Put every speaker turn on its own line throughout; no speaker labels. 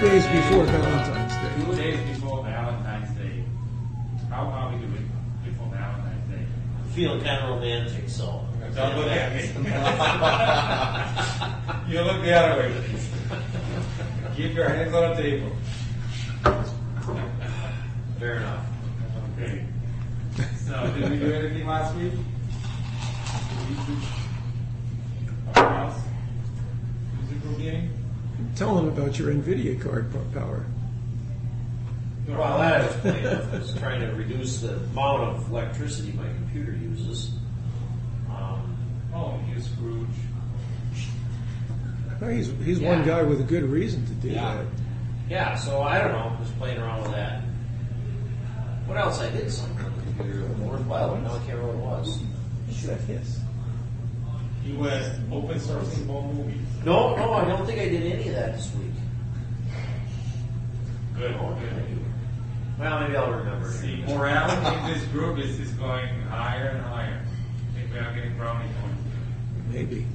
days before Valentine's Day.
Two days before Valentine's Day. How are we doing before Valentine's Day?
feel kind of romantic, so.
Don't look at me. You look the other way. Keep your hands on the table.
Fair enough.
Okay. So, did we do anything last week? Anything else? Musical meeting?
Tell them about your NVIDIA card po- power.
Well, that is planned, is trying to reduce the amount of electricity my computer uses. Um,
Oh, you Scrooge.
Well, He's, he's one
Yeah.
guy with a good reason to do
Yeah.
that.
Yeah, so I don't know, just playing around with that. What else I did something on the computer that was worthwhile, but now I can't remember what it was.
You were open sourcing more movies.
No, no, I don't think I did any of that this week.
Good,
No, I
good.
didn't do. Well, maybe I'll remember.
The morale in this group is, is going higher and higher. I think we are getting brownie points,
Maybe.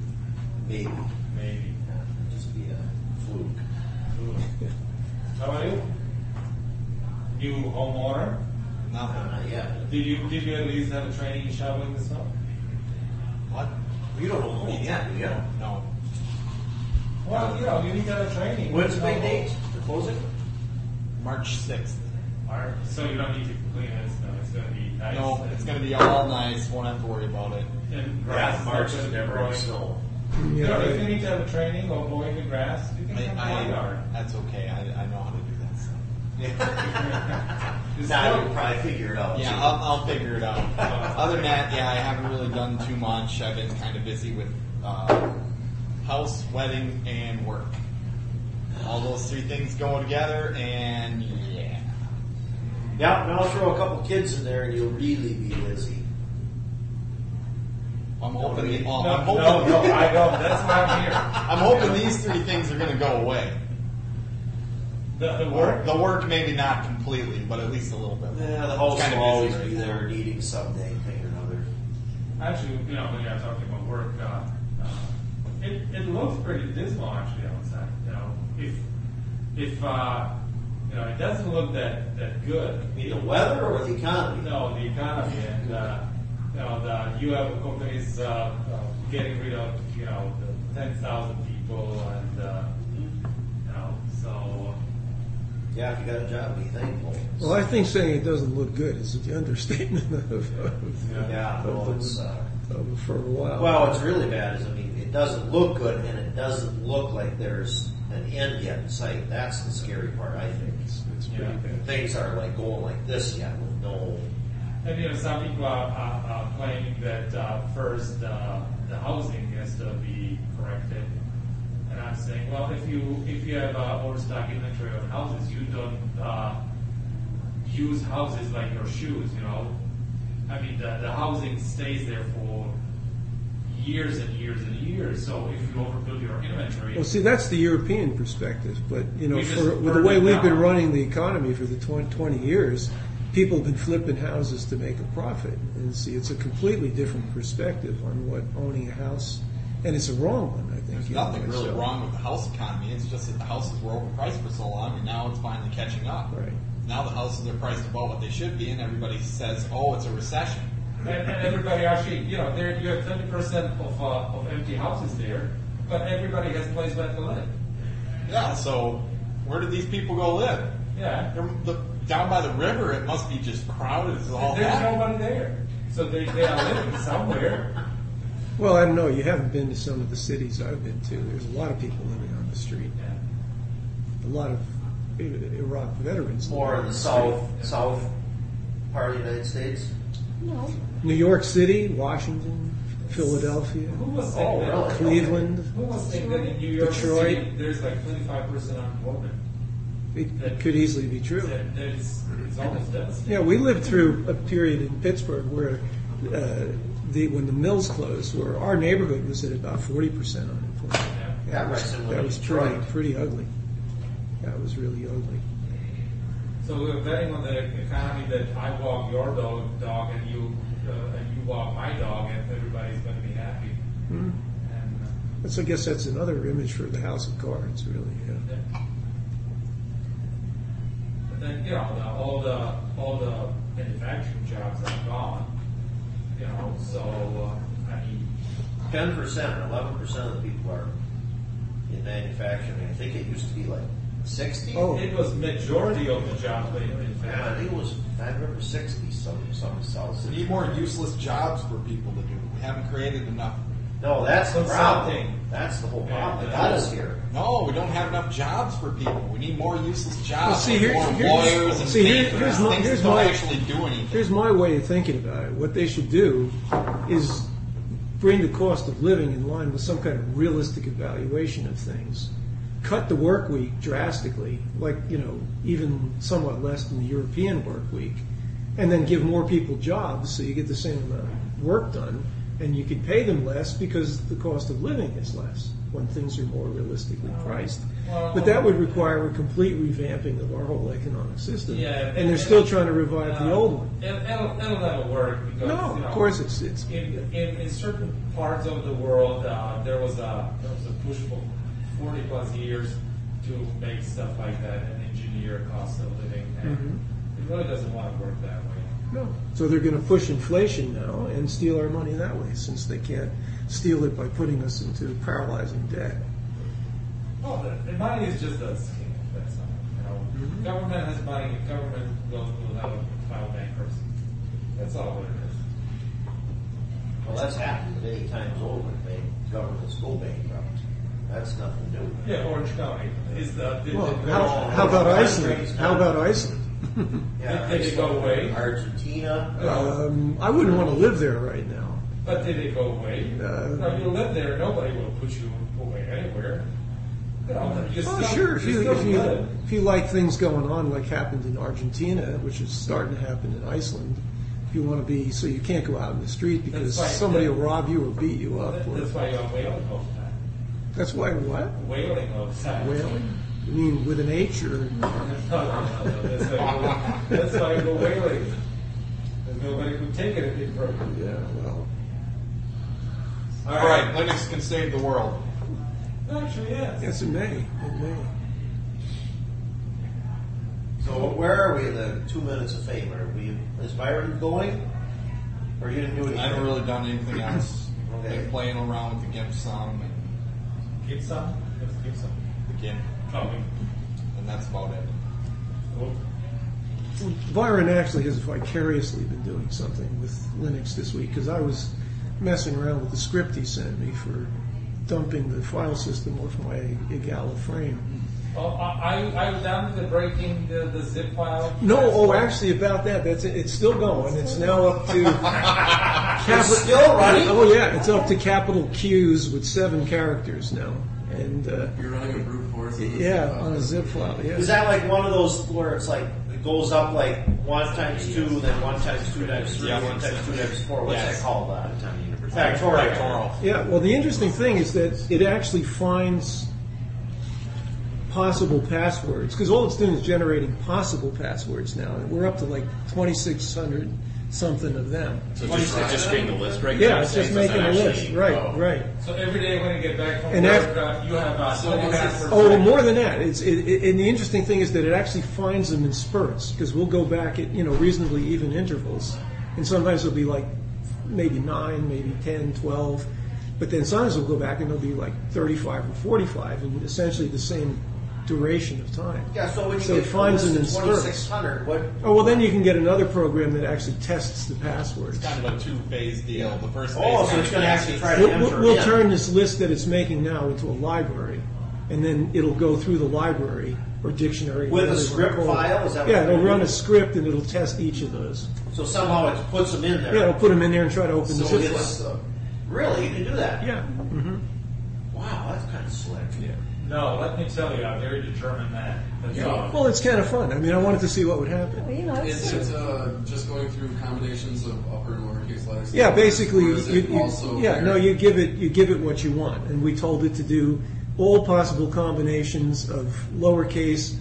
Maybe.
maybe.
Yeah, Just be a fluke.
How about you? New homeowner?
Uh, Not yet.
Did you, did you at least have a training in shoveling this summer?
What?
You don't own it yet, do you?
No.
Well, you know, you need to have a training.
When's the big
You know,
date for closing?
March 6th.
or- So you don't need to clean it, so it's gonna be nice.
No,
and-
it's going to be all nice. Won't have to worry about it.
And grass.
Yeah,
is
March
not
is
gonna be
never
growing.
any snow.
You know, if you
Yeah,
need to have a training or mowing the grass, you can
I,
come to my
I,
yard.
that's okay. I, I know how to do that stuff.
Just
Now
go.
you'll probably figure it out.
Yeah,
too.
I'll, I'll figure it out. Other than that, yeah, I haven't really done too much. I've been kind of busy with uh, house, wedding, and work. All those three things go together, and yeah.
Yeah, now throw a couple kids in there and you'll really be busy.
I'm hoping. the-
No,
oh, I'm hoping.
no, no, I don't, that's why I'm here.
I'm hoping these three things are going to go away.
The, the work,
The work maybe not completely, but at least a little bit.
Yeah, the house
Kinda
will always
busy right
be
now.
there needing something, thing or another.
actually, you know, when you're talking about work, uh, uh, it, it looks pretty dismal actually outside, you know, if, if, uh, you know, it doesn't look that, that good.
I mean, the weather or the economy?
No, the economy and, uh, you know, the, you have companies, uh, uh, getting rid of, you know, the ten thousand people and, uh, you know, so,
Yeah, if you got a job, be thankful.
well, I think saying it doesn't look good is the understatement of, of,
yeah.
Yeah, well, it's, uh,
of for a while.
well, what's really bad is, I mean, it doesn't look good and it doesn't look like there's an end yet in sight. That's the scary part, I think.
it's pretty
Yeah.
bad.
Things are like going like this yet with no,
And you know, some people are, are, are claiming that uh, first uh, the housing has to be corrected. And I'm saying, well, if you if you have uh, overstock inventory of houses, you don't uh, use houses like your shoes. You know, I mean, the, the housing stays there for years and years and years. So if you overbuild your inventory,
Well, see, that's the European perspective, but you know,
We just
for, with the
burn
way
it
we've been
down.
running the economy for the 20, 20 years, people have been flipping houses to make a profit. And see, it's a completely different perspective on what owning a house, and it's a wrong one, I think.
There's
you know,
nothing really
so-
wrong with the house economy. It's just that the houses were overpriced for so long, and now it's finally catching up.
Right.
Now the houses are priced above what they should be, and everybody says, "Oh, it's a recession."
and, and everybody actually, you know, there you have 20 percent of uh, of empty houses there, but everybody has place left to live.
Yeah. So, where do these people go live?
Yeah.
They're the, down by the river. It must be just crowded as all
There's
heck.
nobody there. So they, they are living somewhere.
Well, I don't know. You haven't been to some of the cities I've been to. There's a lot of people living on the street. A lot of I- Iraq veterans.
more in
living
the
on
south, south part of the United States.
street. New York City, Washington, Philadelphia,
Who was saying
Oh,
that?
really?
Cleveland.
Who was saying that in New York
Detroit.
City there's like 25% unemployment?
It it could easily be true.
That, that is, it's almost devastating.
Yeah, we lived through a period in Pittsburgh where uh, the when the mills closed, where our neighborhood was at about forty percent unemployment.
Yeah.
That
Yeah, right,
was,
similar
that
to
was pretty
Detroit.
pretty ugly. That was really ugly.
So we're betting on the economy that I walk your dog, dog and you uh, and you walk my dog, and everybody's going to be happy. And,
Hmm.
uh,
That's I guess that's another image for the House of Cards, really. Yeah.
uh, then, you know, the, all the, all the manufacturing jobs are gone, you know, so, uh, I mean,
Ten percent or eleven percent of the people are in manufacturing. I think it used to be like sixty.
Oh.
it was majority of the jobs they
Yeah, I
manufactured.
think it was. I remember sixty. Some some cells.
We need more useless jobs for people to do. We haven't created enough.
No, that's the problem.
Consulting.
That's the whole problem.
Yeah.
That got us here.
No, we don't have enough jobs for people. We need more useless jobs.
Well, see, here-
more
here's-
lawyers and
see, here-
bankers,
here's my-
things that
here's
don't
my-
actually do anything.
Here's my way of thinking about it. What they should do is bring the cost of living in line with some kind of realistic evaluation of things. Cut the work week drastically, like, you know, even somewhat less than the European work week, and then give more people jobs so you get the same amount of work done and you can pay them less because the cost of living is less when things are more realistically priced. But that would require a complete revamping of our whole economic system.
Yeah,
And they're
it-
still trying to revive the
Uh,
old one.
It'll, it'll, it'll never work because,
No,
you know,
of course it's it's
in, in, in certain parts of the world, uh, there was a there was a push for 40 plus years to make stuff like that and engineer cost of living, and
Mm-hmm.
it really doesn't want to work that way.
no. So they're going to push inflation now and steal our money that way, since they can't steal it by putting us into paralyzing debt.
Well, the, the money is just a scam. That's all. You know, government has money. and Government will will have a file bankruptcy. That's all it is.
Well, that's happened many times over. They governments go bankrupt. That's nothing new.
Yeah, Orange County is the. Did,
Well,
did,
how, how about Iceland? How about Iceland?
Yeah,
Did- did it go away?
Argentina.
Um, I wouldn't want to live there right now.
But did it go away?
Uh,
now you live there, nobody will put you away anywhere. You know, you
Oh,
still,
sure. If
you
you,
still
if you,
live.
if you like things going on like happened in Argentina, which is starting to happen in Iceland, if you want to be, so you can't go out in the street because
That's right.
somebody will rob you or beat you up.
That-
Or,
That's why you're wailing all the time.
that's why what?
Wailing all the time.
Whaling? You mean with an H or?
No, no, no, no, That's why you go- that's why you go wailing. There's nobody who take it if it broke.
Yeah, well.
All right, Linux can save the world.
Actually, yes.
Yes, it may. It may.
So where are we in the two minutes of fame? Are we? Is Byron going? Or you didn't do anything?
I haven't really done anything else.
Okay.
Been playing around with the GIMP some and
Keep some. Let's keep some.
the GIMP,
Probably.
and that's about it.
Oh,
Byron actually has vicariously been doing something with Linux this week because I was messing around with the script he sent me for dumping the file system off my EGALA frame.
Oh, I, I, I down to the breaking the, the zip file.
No, oh, actually about that. That's it. It's still going. It's now up to capital.
still running?
Oh yeah, it's up to capital Q's with seven characters now, and uh,
You're running a brute force. of this
yeah,
stuff.
on a zip file. Yeah.
Is that like one of those where it's like it goes up like one times two, then one times two times three,
Yeah.
one times two times four? What's
Yes.
that called? Uh,
All
factorial.
right, Carl.
Yeah, well, the interesting thing is that it actually finds possible passwords because all it's doing is generating possible passwords now, and we're up to like 2,600 something of them.
So it's just, it's just creating a list right
Yeah,
now,
it's
saying
just
it
making
doesn't
a list,
actually-
right?
oh.
Right.
So every day when you get back from
And
work,
that-
uh, you have uh,
So
so many
once it's-
passwords.
Oh, well, more than that, it's it, it, and the interesting thing is that it actually finds them in spurts because we'll go back at you know reasonably even intervals, and sometimes it'll be like maybe nine, maybe 10, 12, but then sometimes we'll go back and it'll be like thirty-five or forty-five, and essentially the same duration of time.
Yeah. So when you
So
get
it finds them in
twenty six
spurts.
hundred, what?
Oh well, then you can get another program that actually tests the passwords.
Kind of a two-phase deal. The first phase.
Oh, so
kinda
it's going to actually try to
We'll, we'll-
enter
we'll
it in.
turn this list that it's making now into a library, and then it'll go through the library or dictionary.
With a
whatever you wanna
script
call it.
file? Is that
Yeah,
what
it'll
you're
run a
doing?
script and it'll test each of those.
So somehow it puts them in there.
Yeah, it'll put them in there and try to open the
So
zip
it's
file.
really you can do that.
Yeah, mhm.
Wow, that's kind of slick.
No, let me tell you, I'm very determined that. That's
Yeah.
all.
well, it's kind of fun. I mean, I wanted to see what would happen.
You know,
It's,
it's,
it's uh, just going through combinations of upper and lowercase letters.
Yeah, basically,
Or
you,
is
you,
it
you-
also
yeah,
where-
no, you give it you give it what you want, and we told it to do all possible combinations of lowercase,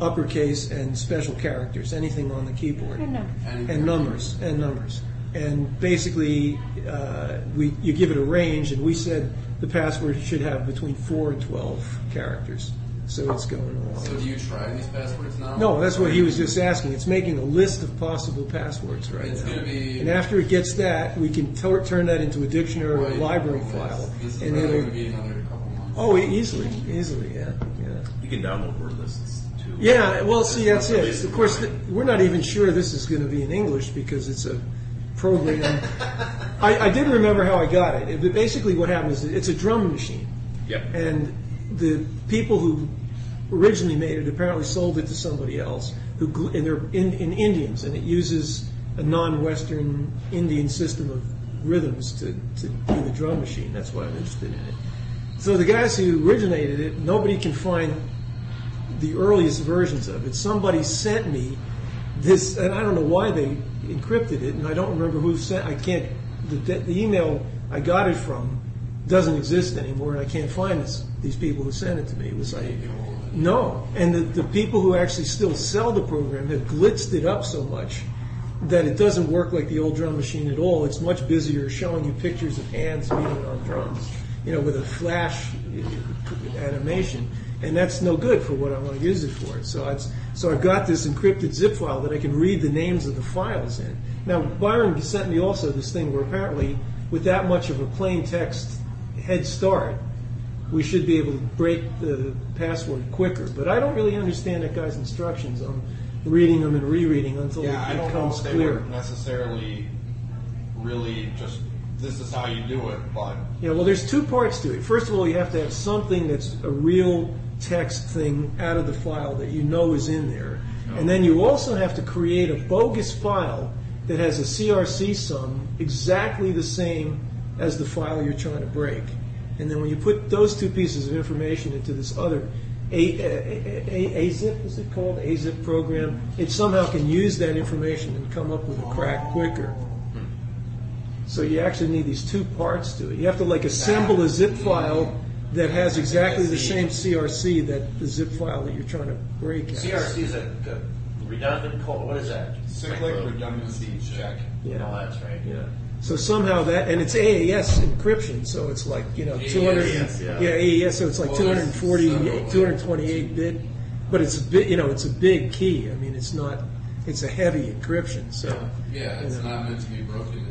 uppercase, and special characters, anything on the keyboard,
And numbers.
And-
and numbers, and numbers, and basically, uh, we you give it a range, and we said the password should have between four and twelve characters. So it's going along.
So do you try these passwords now?
No, that's what he was just asking. It's making a list of possible passwords right
It's
now.
gonna be-
And after it gets that, we can tor- turn that into a dictionary or a
Right.
library
This-
file.
This is
and
probably
it'll-
gonna be another couple months.
Oh, e- easily, easily, yeah, yeah.
You can download word lists too.
Yeah, well, see, that's it.
It's
Of course, th- we're not even sure this is going to be in English because it's a program. I, I did remember how I got it. It- Basically, what happens is it's a drum machine.
Yep.
And the people who originally made it apparently sold it to somebody else who gl- and they're in, in Indians and it uses a non-Western Indian system of rhythms to, to do the drum machine. That's why I'm interested in it. So the guys who originated it, nobody can find the earliest versions of it. Somebody sent me this, and I don't know why they encrypted it, and I don't remember who sent. I can't. The, the the email I got it from doesn't exist anymore, and I can't find this, these people who sent it to me. It was like no, and the, the people who actually still sell the program have blitzed it up so much that it doesn't work like the old drum machine at all. It's much busier showing you pictures of hands beating on drums, you know, with a flash uh, animation, and that's no good for what I want to use it for. So it's so I've got this encrypted zip file that I can read the names of the files in. Now Byron sent me also this thing where apparently with that much of a plain text head start, we should be able to break the password quicker. But I don't really understand that guy's instructions on reading them and rereading until
Yeah, I
it
don't know
becomes
if they
clear.
were necessarily really just this is how you do it, but
Yeah, well, there's two parts to it. First of all, you have to have something that's a real text thing out of the file that you know is in there. And then you also have to create a bogus file that has a CRC sum exactly the same as the file you're trying to break. And then when you put those two pieces of information into this other a, a, a, a, AZIP, is it called? AZIP program, it somehow can use that information and come up with a crack quicker. So you actually need these two parts to it. You have to like assemble a zip file that has exactly the same CRC that the zip file that you're trying to break. has.
CRC is a a redundant code, what is that?
cyclic redundancy check.
No,
Yeah.
that's right.
Yeah. So somehow that, and it's AES encryption, so it's like, you know, 200.
AES, yeah.
AES, so it's like
Well, there's
240,
several.
228 bit, but it's a bit, you know, it's a big key. I mean, it's not, it's a heavy encryption, so.
Yeah, it's
Yeah.
not meant to be broken in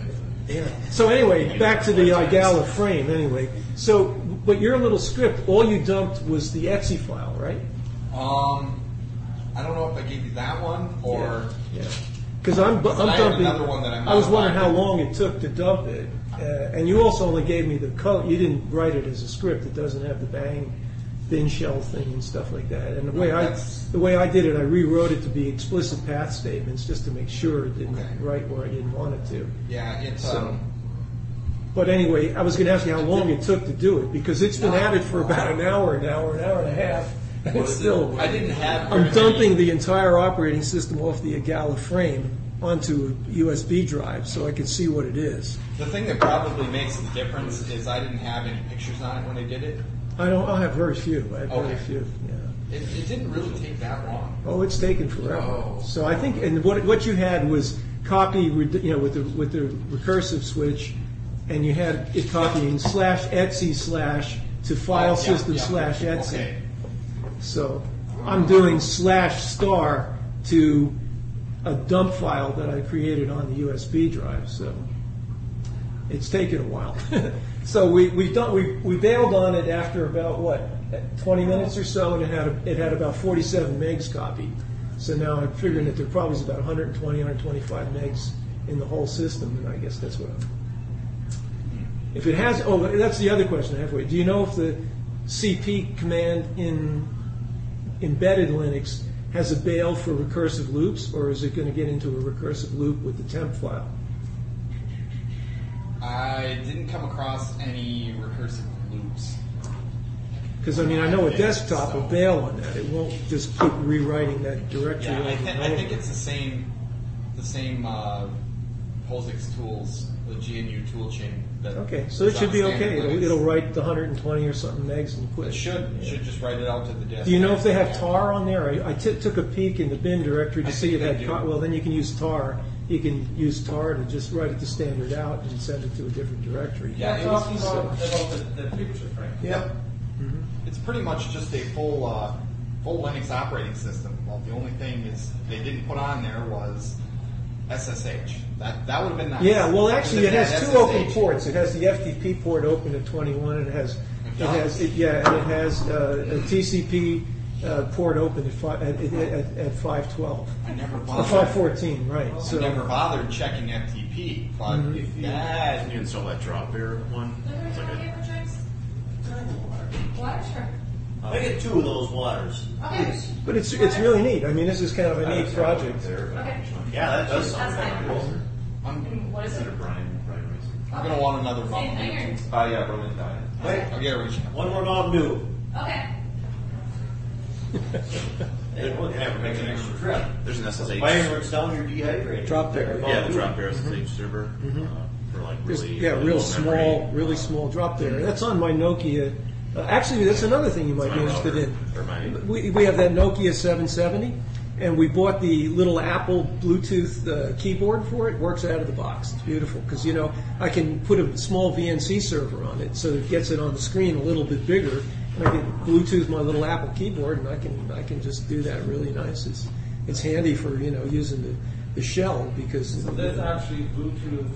life.
Yeah. So anyway, back to the IGALA frame. Anyway, so but your little script, all you dumped was the exe file, right?
Um, I don't know if I gave you that one or
Yeah. Because I'm, bu- I'm
I have
dumping.
another one that I'm
I was
not
wondering how
buying.
long it took to dump it, uh, and you also only gave me the color. You didn't write it as a script. It doesn't have the bang, bin shell thing and stuff like that. And the way I,
That's-
the way I did it, I rewrote it to be explicit path statements just to make sure it didn't
Okay.
write where I didn't want it to.
yeah, it's
So-
um,
But anyway, I was going to ask you how long it took to do it because it's been at it for about an hour, an hour, an hour and a half, and it's still.
I didn't have. very
I'm
many-
dumping the entire operating system off the Agala frame onto a USB drive so I can see what it is.
The thing that probably makes the difference is I didn't have any pictures on it when I did it.
I don't. I have very few. I have very
Okay.
few. Yeah.
It, it didn't really take that long.
Oh, it's taken forever.
Oh.
So I think, and what what you had was copy, red- you know, with the with the recursive switch, and you had it copying slash Etsy slash to file
Oh, yeah,
system
yeah.
slash Etsy.
Okay.
So I'm doing slash star to a dump file that I created on the USB drive. So it's taken a while. so we we done we we bailed on it after about what 20 minutes or so, and it had a, it had about 47 megs copied. So now I'm figuring that there probably is about 120, 125 megs in the whole system, and I guess that's what I'm if it has, oh, that's the other question I have for you. Do you know if the CP command in embedded Linux has a bail for recursive loops, or is it going to get into a recursive loop with the temp file?
I didn't come across any recursive loops.
Because I mean, I know a desktop will bail on that. It won't just keep rewriting that directory.
Yeah, I,
over
th-
and
I
over.
think it's the same, the same uh, POSIX tools, the GNU tool chain. That
Okay, so it
is
should
on
be
standard
okay. It'll,
Linux.
it'll write the 120 or something megs and quit.
It should
Yeah.
should just write it out to the disk.
Do you know if they have tar on there? I, I t- took a peek in the bin directory to
I
see
think
it
they
had
do.
tar. Well, then you can use tar. You can use tar to just write it to standard out and send it to a different directory.
Yeah,
We're
it was uh,
talking
so-
about, about the, the picture, right?
Yep.
It's pretty much just a full, uh, full Linux operating system. Well, the only thing is they didn't put on there was SSH. That, that would have been nice.
Yeah, well,
If
actually, it
had
has two open
SSH.
ports. It has the FTP port open at 21, and it has, it has, it- yeah, and it has uh, a TCP uh, port open at fi- at- at- at 512.
I never
Uh,
bothered.
514, right,
I never
so, Mm-hmm.
bothered checking FTP, but
If you,
that
if you install that drop bear one, it's like a,
Water, sure.
I get two of those waters.
Okay.
but it's, it's really neat. I mean, this is kind of a neat project.
there. but-
Okay.
Yeah, that does
That's
sound
fine.
cool.
Mm, What is it?
Instead of Brian, Brian Mason.
I'm gonna want another
Same
Mountain Dew.
thing
Uh, yeah, Berlin Diet.
Wait,
I'll get a reach.
one more Mountain Dew.
or? Okay.
They would have to make an extra trip.
There's an SSH.
Fireworks down, you're dehydrated.
Drop there.
Yeah, the drop bear SSH server uh, for like
Mm-hmm. Just,
really.
yeah,
really
real
low
small,
memory. Mm-hmm.
really small drop there. That's on my Nokia. Uh, Actually, that's another thing you might
My
be interested
router,
in.
or my-
We, we have that Nokia 770, and we bought the little Apple Bluetooth uh, keyboard for it. Works out of the box. It's beautiful because you know I can put a small VNC server on it, so it gets it on the screen a little bit bigger. And I can Bluetooth my little Apple keyboard, and I can I can just do that really nice. It's it's handy for you know using the, the shell because
So that's actually Bluetooth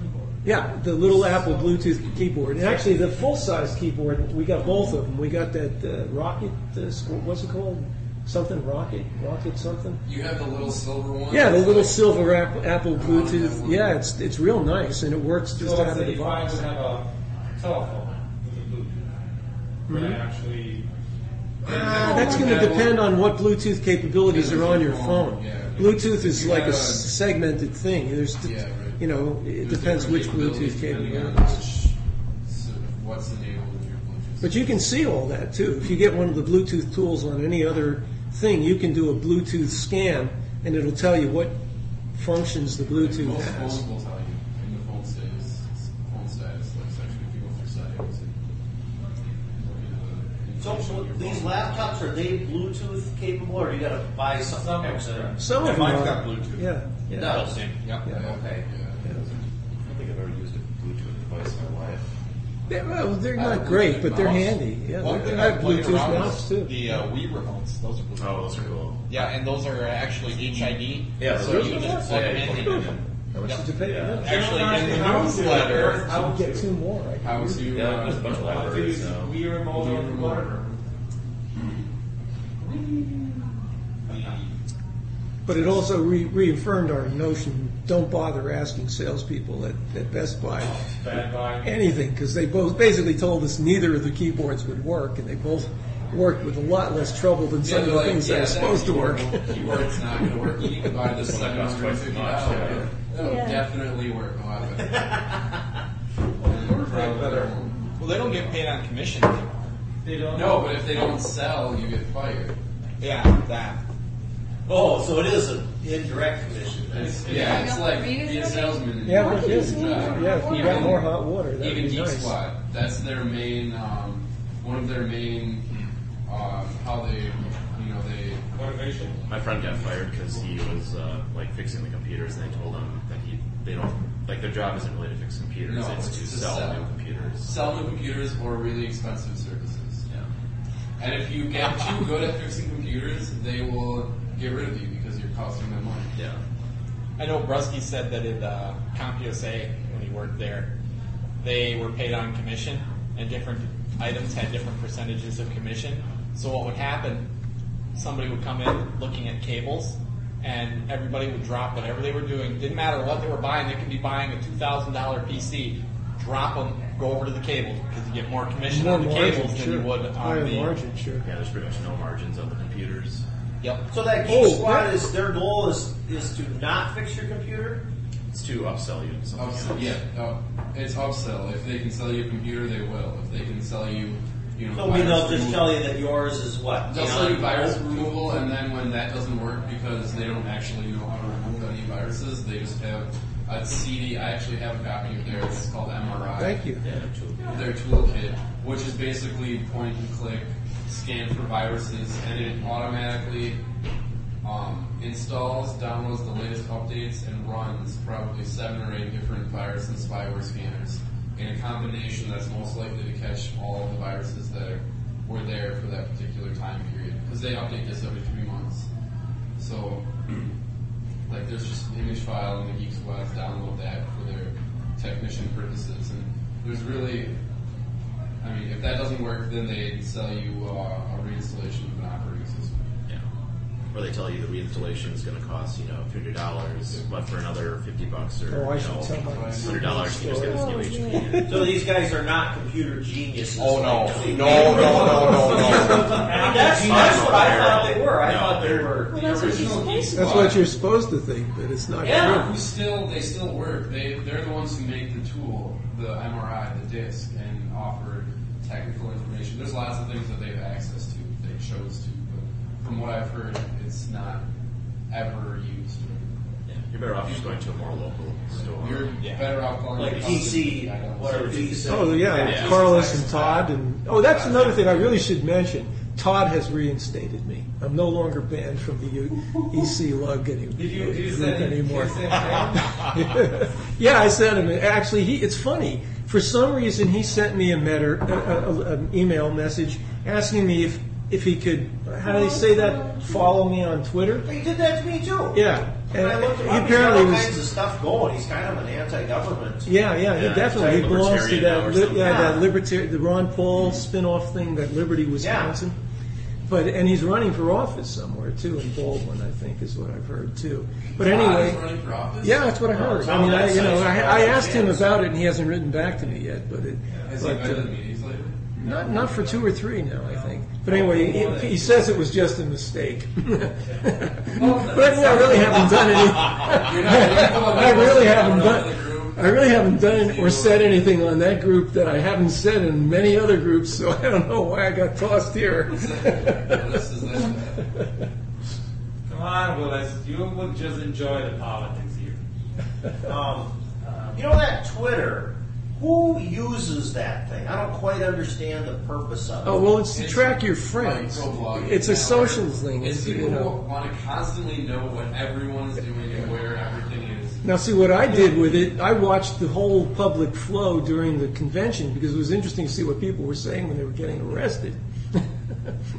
keyboard.
yeah, the little Apple Bluetooth keyboard, and actually the full-size keyboard. We got both of them. We got that uh, Rocket. Uh, squ- what's it called? Something Rocket, Rocket something.
You have the little silver one.
Yeah, the little
Like,
silver Apple, Apple
that
Bluetooth.
one.
Yeah, it's it's real nice, and it works just
so
out of
say
the
if I would
box.
have a telephone with a Bluetooth,
Mm-hmm.
would I actually?
Uh, that's going to depend on what Bluetooth capabilities are on your phone.
Yeah.
Bluetooth is
You
like a
gotta-
s- segmented thing. There's, d-
Yeah, right.
you know, it
there's
depends
different
which
capabilities
Bluetooth
depending on
capabilities.
which- so What's enabled in your Bluetooth?
But you can see all that too. If you get one of the Bluetooth tools on any other thing, you can do a Bluetooth scan and it'll tell you what functions the Bluetooth
Most
has.
phones will tell you in the phone status, phone status, like section if you go through settings and. look at the
So, so
information on your
these
phone.
laptops, are they Bluetooth capable, or you gotta buy
Some
something extra?
Some of them
mine's
are.
got Bluetooth.
Yeah, yeah.
No, same.
Yep.
Yeah,
Okay.
yeah.
I don't think I've ever used a Bluetooth device in my life.
They're, well, they're
I have
not
a
great,
Bluetooth
but they're
mouse.
handy. Yeah,
One
they're-
thing
I have
played
Bluetooth
around
mouse
with
too.
The uh, Wii remotes, those are Bluetooth.
Oh, those are cool.
Yeah, and those are actually HID.
Yeah,
so
those
you
are
just
cool.
plug
Yeah,
them in.
you plug
and-
them
How much
Yep.
did you pay?
Yeah.
Yeah.
Actually, in the
How to-
newsletter,
I would get
to-
two more. I could
How
use.
to,
Yeah, there's a
uh,
bunch of
How to
libraries
use
now.
Wii remote
Wii
or
remote.
whatever.
But it also re- reaffirmed our notion: don't bother asking salespeople at, at Best Buy
Bad guy.
anything because they both basically told us neither of the keyboards would work, and they both worked with a lot less trouble than some
Yeah,
of the
like,
things
yeah,
that were supposed to work.
Keyboard's not going to work. You can buy this
One
seven
that costs
hundred
twice as
fifty
much,
dollars. It'll
Yeah.
definitely work. Oh, I bet.
well, they don't get paid on commission anymore.
They don't.
No, but if they don't sell, you get fired.
Yeah, that.
Oh, so it is an indirect commission.
Oh,
then.
It's, yeah, it's like
Are you guys
be a
joking?
salesman.
Yeah,
Work
but
your
yes,
job.
yeah, if you got
Even-
more hot water, that'd
Even
be
Geek
nice.
Squad, that's their main, um, one of their main, um, how they, you know, they
Motivation.
My friend got fired because he was uh, like fixing the computers, and they told him that he they don't like their job isn't really to fix computers;
No,
it's,
it's
to
to
sell,
sell.
new computers.
sell new computers or really expensive services.
Yeah.
And if you get too good at fixing computers, they will get rid of you because you're costing them money.
Yeah.
I know Brusky said that at uh, CompUSA when he worked there, they were paid on commission, and different items had different percentages of commission. So what would happen? Somebody would come in looking at cables, and everybody would drop whatever they were doing. Didn't matter what they were buying. They could be buying a two thousand dollar PC. Drop them, go over to the cables because you get more commission
More
on the
margin,
cables than
sure.
you would on
Higher
the.
margin, sure.
Yeah. There's pretty much no margins on the computers.
Yep.
So that
Oh,
Geek Squad
that-
is, their goal is, is to not fix your computer?
It's to upsell you to something
Upsell,
else.
yeah, uh, it's upsell. If they can sell you a computer, they will. If they can sell you, you
So
know,
we
virus
they'll just
removal-
tell you that yours is what?
They'll sell you
Beyond-
virus removal, and then when that doesn't work because they don't actually know how to remove any viruses, they just have a CD. I actually have a copy of theirs. It's called MRI.
Thank you.
Their toolkit, which is basically point and click scan for viruses, and it automatically um, installs, downloads the latest updates, and runs probably seven or eight different virus and spyware scanners and a combination that's most likely to catch all the viruses that are, were there for that particular time period. Because they update this every three months. So, like, there's just an image file, and the Geek Squads download that for their technician purposes. And there's really, I mean, if that doesn't work, then they sell you uh, a reinstallation of an operating system.
Yeah. Or they tell you the reinstallation is going to cost, you know, $200, but for another 50 bucks or
Oh, I
you
should
know,
tell my
$100, you just get
Oh,
this new HP.
So these guys are not computer geniuses.
Oh no,
like,
no, no, no, no, no.
I mean, that's, that's what I thought they were. I
No,
thought they
they're-
were.
Well, that's what you're supposed to
That's what you're supposed to think, but it's not
Yeah.
We still, they still work. They, they're the ones who make the tool, the MRI, the disc, and offer technical information. There's lots of things that they have access to, if they chose to, but from what I've heard, it's not ever used.
Yeah. You're better off just going to a more local store.
You're
Yeah.
better off calling
Like
your
PC,
company. I don't-
whatever PC.
Oh yeah,
Yeah.
Carlos and Todd and oh, that's another thing I really should mention. Todd has reinstated me. I'm no longer banned from the U- E EC lug any,
Did you, did you
group
send it?
anymore.
Did you send it?
yeah, I sent him. Actually, he it's funny. For some reason, he sent me a metter, a, a, an email message asking me if if he could. How do they say that? Follow me on Twitter.
He did that to me too.
Yeah,
And I looked
he
him up, he's got all
apparently was.
kinds of stuff going. He's kind of an anti-government.
Yeah, yeah, he
Yeah,
definitely
like
belongs to
libertarian now
that.
or
Li-
something.
yeah,
Yeah.
that libertarian, the Ron Paul spin-off thing that Liberty Wisconsin. But and he's running for office somewhere too in Baldwin, I think, is what I've heard too. But
Todd's
anyway,
running for office?
yeah, that's what I heard. I
Sounds
mean, I,
like
you know,
science
I,
fiction.
I asked him about it, and he hasn't written back to me yet. But it,
Has he
but,
been to the
uh,
meetings lately?
not not for two or three now, I think. But
Oh,
anyway, he, he says it was just a mistake. but yeah, I really haven't done any.
Oh, You're not- you're not the one
I
that goes
really
down
haven't
on
done.
the group.
I really haven't done or said anything on that group that I haven't said in many other groups. So I don't know why I got tossed here.
This is that.
Come on, Willis, you would just enjoy the politics here.
Um, you know that Twitter? Who uses that thing? I don't quite understand the purpose of it.
Oh well, it's to track your friends.
Microblogging.
It's a social thing.
It's
It's,
people
you know.
who want to constantly know what everyone's doing and where everything is.
Now, see what I did with it. I watched the whole public flow during the convention because it was interesting to see what people were saying when they were getting arrested.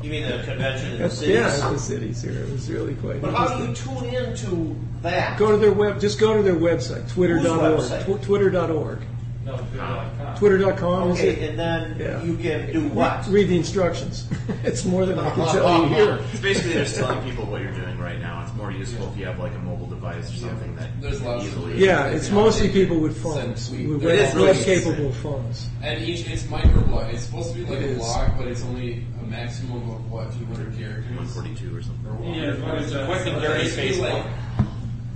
You mean the convention in the
That's,
cities?
yeah, at the cities here. It was really quite
But how do you
interesting.
tune into that?
Go to their web. Just go to their website,
website?
twitter.org. Tw- twitter.org.
No, if you're like, huh?
Twitter.com is it?
okay, and then
Yeah.
you can do what?
Read the instructions. it's more than I can tell you here.
It's basically just telling people what you're doing right now. It's more useful if you have like a mobile device or something that
There's
can
lots of-
easily.
Yeah, it's mostly people with phones,
Send tweet.
with
It
web,
is really
web capable phones.
And each it's microblog. It's supposed to be like
It
a
is.
blog, but it's only a maximum of what 200 characters.
142 or something.
Or what?
Yeah, what is that?
But it's like-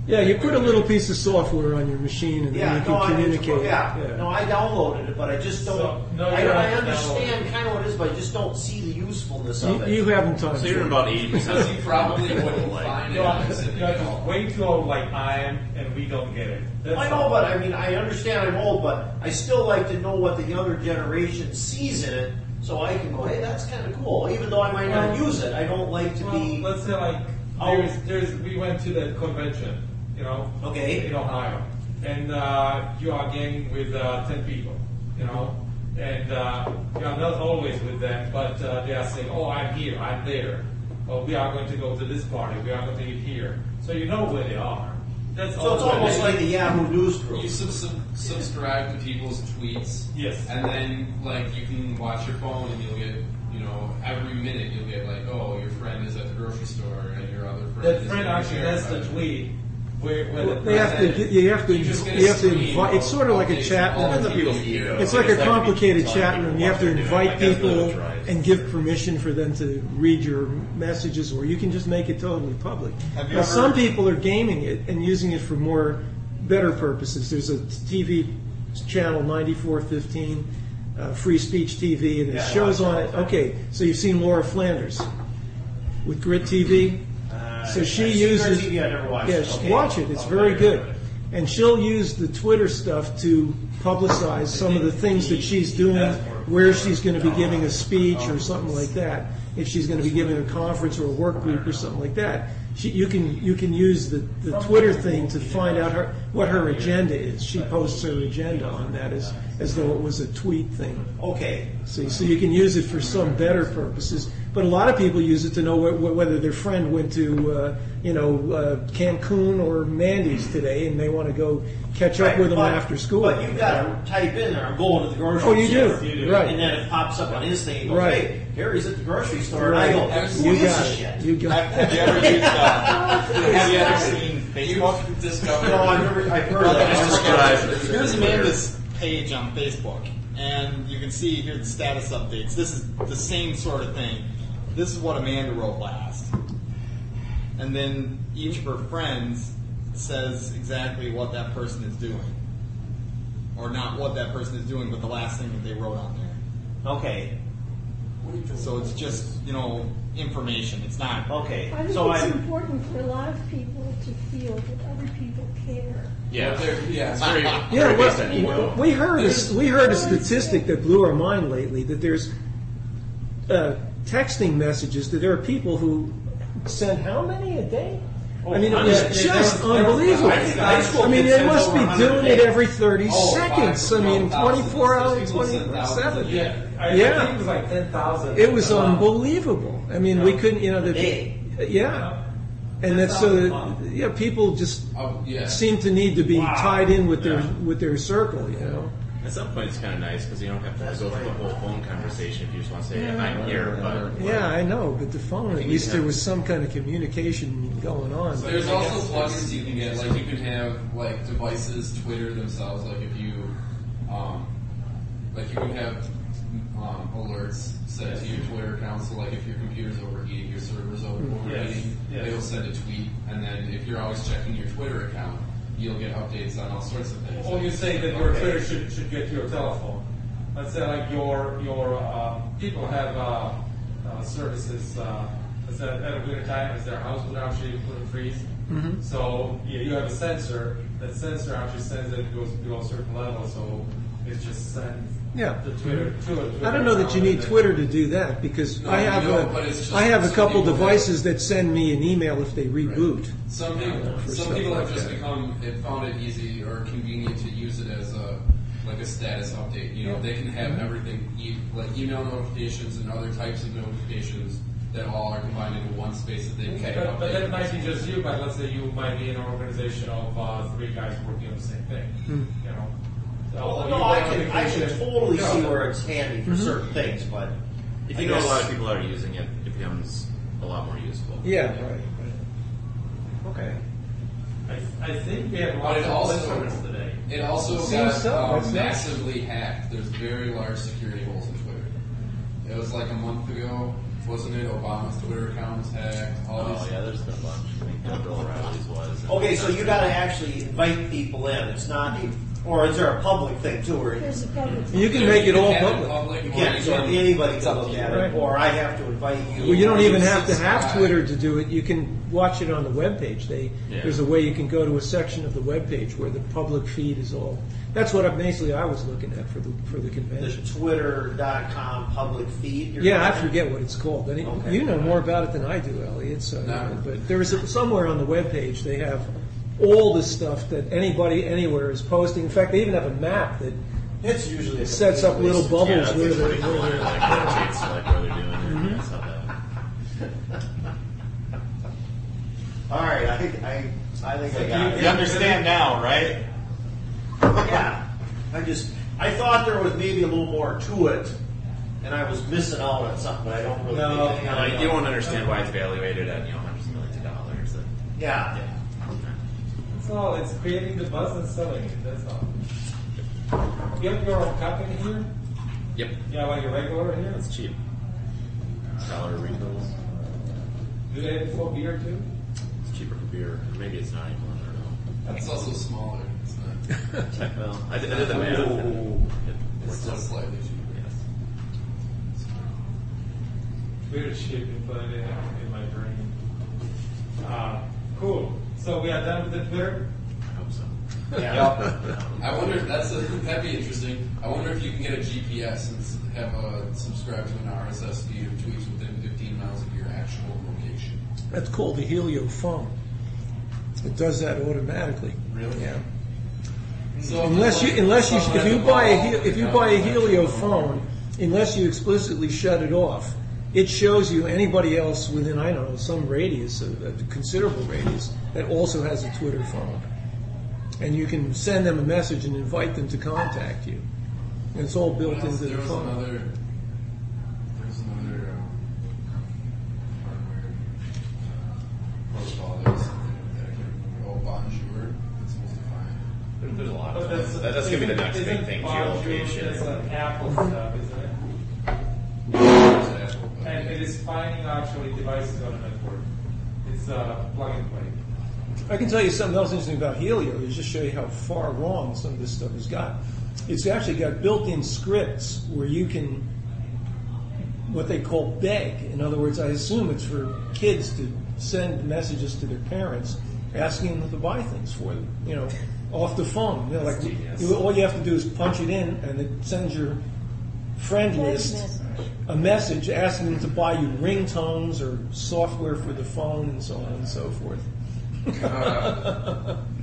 Yeah, you put a little piece of software on your machine and
Yeah,
then you
no,
can
I,
communicate.
yeah.
Yeah.
no, I downloaded it, but I just don't.
So, no,
I,
you're
I
not
understand kind of what it is, but I just don't see the usefulness of
You,
it.
you haven't time.
So you're
for it.
about 80
Because you
percent.
probably wouldn't find it.
You're
on
just-
Sydney
you're
at
just
all.
way too old like I am, and we don't get it. That's
I
all.
know, but I mean, I understand I'm old, but I still like to know what the younger generation sees in it, so I can go, hey, that's kind of cool. Even though I might not
Well-
use it, I don't like to
Well,
be.
let's say like
Oh.
there's there's we went to the convention, you know,
Okay.
in Ohio, and uh, you are gang with uh, ten people, you know, and uh, you are not always with them, but uh, they are saying, oh, I'm here, I'm there, or we are going to go to this party, we are going to eat here, so you know where they are. That's
So it's almost like the Yahoo News
You
group.
sub- sub- subscribe to people's tweets.
Yes.
And then, like, you can watch your phone and you'll get, you know, every minute you'll get, like, oh, your friend is at the grocery store and your other friend
that
is
friend
doing
actually
this.
has the tweet. Where, where
Well,
the
They have to.
person-
Get, you have to.
You just get a
You have to.
screen
Invite, it's sort of like a
updates
chat
all
room.
the people's
ego.
It's like a
It's like
complicated
people
chat
telling
room.
people
You have
what
to
they're doing.
invite
Like, that's what
people
it drives.
and give permission for them to read your messages, or you can just make it totally public.
Have you
Now,
ever-
some people are gaming it and using it for more better purposes. There's a TV channel 9415, uh, Free Speech TV, and
Yeah,
there's
I
shows
watch
on
all
it.
the time.
Okay, so you've seen Laura Flanders with Grit TV.
Uh,
So she
I've seen her
uses.
TV, I never watched
Yeah,
it.
she-
Okay.
watch it. It's
Okay.
very good. And she'll use the Twitter stuff to
Oh.
publicize some of the things that she's doing, where she's going to be giving a speech or something like that. if she's going to be giving a conference or a work group or something like that. She, you can you can use the, the Twitter thing to find out her what her agenda is. She posts her agenda on that as as though it was a tweet thing.
Okay,
See, so you can use it for some better purposes, but a lot of people use it to know wh- wh- whether their friend went to, uh, you know, uh, Cancun or Mandy's today, and they want to go catch up
Right,
with them
but-
after school.
But you gotta type in there, I'm going to the grocery
Oh, you do,
store.
right.
And then it pops up on his thing and goes,
Right.
hey, Gary's at the grocery store. And I go, who
You
is
got
this
it.
shit?
You got
Have, have you ever used? Uh, have you ever seen Facebook?
Discover.
No, I've never, I've heard of
Well,
that.
it's
just
like a-
describe-
Here's Amanda's page on Facebook, and you can see here's the status updates. This is the same sort of thing. This is what Amanda wrote last, and then each of her friends says exactly what that person is doing, or not what that person is doing, but the last thing that they wrote on there.
Okay,
So it's just you know information. It's not
I
okay.
think
So
it's
I,
important for a lot of people to feel that other people care.
Yeah,
Yeah.
they're- yeah.
It's
so-
very,
Yeah,
very
well,
based on
you know,
ego.
we heard a, we heard a statistic that blew our mind lately that there's uh, texting messages that there are people who send how many a day? I mean, it
yeah,
was
yeah,
just
there was- there was-
unbelievable.
I think high school
I mean,
kids
they
send
must
over
be
100
doing
a
it
day.
every 30
Oh,
seconds. I
five,
mean,
no, thousands.
24 hours,
There's people send thousands.
27.
Yeah.
I
Yeah.
think it was like ten thousand.
It was unbelievable. I mean, we couldn't, you know, the,
Hey.
yeah. And that's so, yeah, people just
Oh, yeah.
seem to need to be
Wow.
tied in with their
Yeah.
with their circle, you know.
At some point, it's kind of nice because you don't have to go through the whole phone conversation if you just want to say, "I'm here," but
Yeah, I know, but the phone, at least there was some kind of communication going on.
So There's also plugins you can get, like you can have like devices Twitter themselves. Like if you, um, like you can have um, alerts sent to your Twitter account. So like if your computer's overheating, your server's over- overheating,
Mm-hmm. yes.
they will send a tweet, and then if you're always checking your Twitter account, you'll get updates on all sorts of things.
Or you say that your Twitter should, should get your telephone. Let's say like your your uh, people have uh, uh, services uh, is that at a winter time is their house would actually put a freeze.
Mm-hmm.
So yeah, you have a sensor. That sensor actually sends it goes below a certain level, so it just sends
Yeah. Mm-hmm.
the Twitter to a Twitter.
I don't know that
account and
you need
then-
Twitter to do that because
No,
I
you
have
don't, but it's just-
a I have a
it's
couple
people that-
devices that send me an email if they
Right.
reboot.
Some people,
for
some
stuff
people have
like
just
that.
become it found it easy or convenient to use it as a like a status update. You know, they can have everything e- like email notifications and other types of notifications that all are combined into one space that they can
Okay,
get
Mm-hmm. but, but
updated.
that might be just you, but let's say you might be in an organization of uh, three guys working on the same thing.
Mm-hmm.
You know. So
well,
you
Oh, no,
go
I
on
can, I can
vacation-
totally
No,
see
no.
where it's handy for certain things, but.
if
I
you know a
guess-
lot of people are using it, it becomes a lot more useful.
Yeah, right.
Okay.
I, I think we have
But
lots
it
of
also-
listeners today.
It also
Seems
got
so,
um,
it's not-
massively hacked. There's very large security holes in Twitter. It was like a month ago, wasn't it? Obama's Twitter account was hacked. All
Oh
these. Oh,
yeah, there's been a bunch. I think Bill O'Reilly's was.
Okay, so you gotta actually invite people in. It's not, or is there a public thing too, or you
There's a public.
You can make it all
have
public.
or
can't,
you
so
can-
anybody
It's
can
up to
look
you.
at
Right.
it, or I have to invite you.
Well, you don't
or-
even have to have
Subscribe.
Twitter to do it. You can watch it on the web page. They
Yeah.
there's a way you can go to a section of the web page where the public feed is all. That's what I, basically I was looking at for the for the
The
convention.
twitter.com public feed. you're
Yeah, I
looking at?
forget what it's called. Any-
Okay.
You know more about it than I do, Elliot. So,
No.
but there is a, somewhere on the web page they have all the stuff that anybody anywhere is posting. In fact, they even have a map that
It's usually a
sets up
completely
little
separate-
Yeah,
bubbles
that's
where
what's
they're.
pretty cool. They're like rotates like where they're doing it. and stuff like that.
All right, I, I, I think I got
uh,
it.
You understand now, right?
Yeah, I just, I thought there was maybe a little more to it, and I was missing out on something, but I don't really.
No,
think I-
And I- you won't understand why it's valuated at you know hundreds of millions of dollars. Like,
Yeah,
yeah.
That's all. It's creating the buzz and selling it. That's all. You have your own company here.
Yep.
You have like a regular here.
It's cheap. Dollar refills.
Do they have full beer too?
It's cheaper for beer. Maybe it's not anymore. I
It's also smaller. It's not.
don't know. well, I did, I did the math. and it
It's
works
still
out.
slightly cheaper.
Yes.
Weird shape and put it in, in my brain. Uh, cool. So we are done with the Twitter.
I hope so.
Yeah.
I wonder if that's a, that'd be interesting. I wonder if you can get a GPS and s- have a subscribe to an RSS feed of tweets within 15 miles of your actual location.
That's called the Helio phone. It does that automatically.
Really?
Yeah.
So
Unless you,
like,
unless you,
someone
if
has
you
a
buy a,
ball,
Hel- if you
they
buy a
have
Helio phone, unless you explicitly shut it off, it shows you anybody else within, I don't know, some radius, a a considerable radius, that also has a Twitter phone. And you can send them a message and invite them to contact you. And it's all built
What else?
into
there
the
was
phone.
another. There was another um, hardware protocol that was something that I can't remember. Oh, Bonjour. It's supposed to find.
There- There's a lot.
But
Of them. That, that's gonna be the
isn't-
next big
isn't
thing.
Bonjour just
Geolocation.
an Apple stuff, isn't it?
It's Apple, but
And
yeah.
it is finding actually devices on the network. It's uh, plug and play.
I can tell you something else interesting about Helio, to just show you how far wrong some of this stuff has got. It's actually got built-in scripts where you can, what they call beg. In other words, I assume it's for kids to send messages to their parents asking them to buy things for them, you know, off the phone. You know, like, you- all you have to do is punch it in and it sends your friend list a message asking them to buy you ringtones or software for the phone and so on and so forth.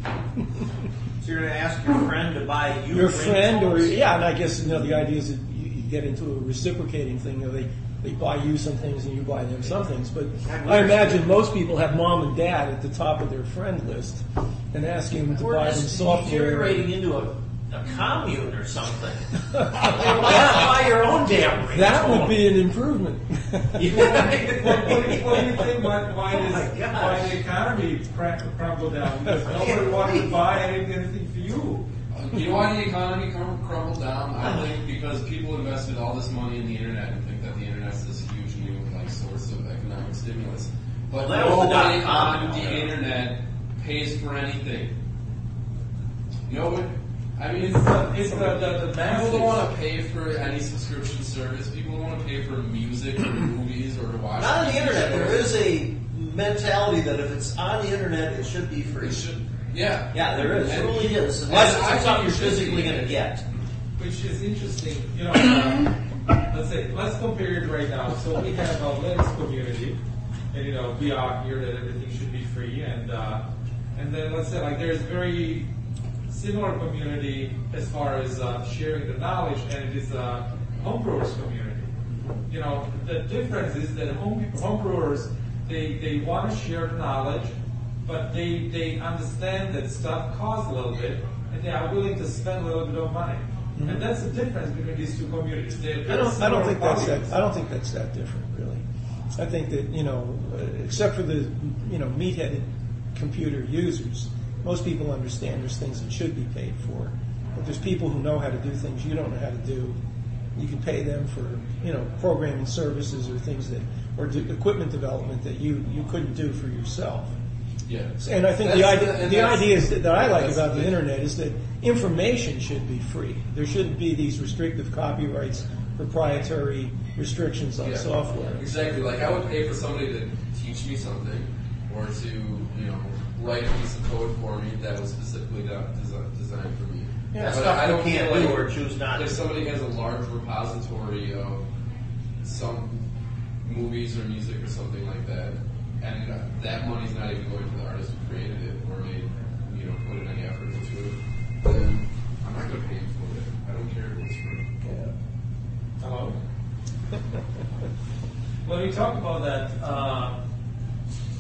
So you're going to ask your friend to buy you
your
ringtones?
friend or yeah and i guess you know the idea is that you, you get into a reciprocating thing you know, they they buy you some things and you buy them some things but i imagine most people have mom and dad at the top of their friend list and asking them to
We're
buy them
just
software
deteriorating into a, a commune or something. Buy your own damn ringtone.
that would be an improvement
what, what, what do you think? Why, why,
Oh my
this,
gosh.
why the economy cra- crumbled down? Because nobody wanted to buy anything, anything for you.
You know why the economy crum- crumbled down? I think because people invested all this money in the internet and think that the internet's this huge new like source of economic stimulus.
Well,
But
that was the
nobody
dot-com
on the
era.
internet pays for anything. No one. I mean,
It's the, it's the, the, the
people
masses.
don't want to pay for any subscription service. People don't want to pay for music or movies or to watch.
Not on the
TV
internet. There
shows.
is a mentality that if it's on the internet, it should be free.
It should. Yeah.
Yeah, there is. It
And-
really is.
and
Unless
I
it's
think
something you're
it should be.
physically going to get.
which is interesting. You know, uh, let's say let's compare it right now. So we have a Linux community, and you know we are here that everything should be free, and uh, and then let's say like there's very similar community as far as uh, sharing the knowledge, and it is a homebrewers community. You know, the difference is that home homebrewers they they want to share the knowledge but they, they understand that stuff costs a little bit, and they are willing to spend a little bit of money. And that's the difference between these two communities. They're
Mm-hmm. I
very
don't, I
similar
don't think that's that,
values.
I don't think that's that different, really. I think that, you know, uh, except for the, you know, meat-headed computer users, most people understand there's things that should be paid for. But there's people who know how to do things you don't know how to do. You can pay them for, you know, programming services or things that, or d equipment development that you, you couldn't do for yourself.
Yeah.
And I think the
That's
idea,
and
the
that's-
idea is that, that I like
that's
about the
thing.
internet is that information should be free. There shouldn't be these restrictive copyrights, proprietary restrictions on
Yeah.
software.
Exactly. Like I would pay for somebody to teach me something, or to you know write a piece of code for me that was specifically de- desi- designed for me.
Yeah,
but
stuff
I
you
don't
can't
feel
do
like
or choose not
If
to.
somebody has a large repository of some movies or music or something like that, and uh, that money's not even going to the artist who created it or made you know put in any effort into it, then I'm not going to pay him for it. I don't care if it's free.
Hello? when we talk about that, uh,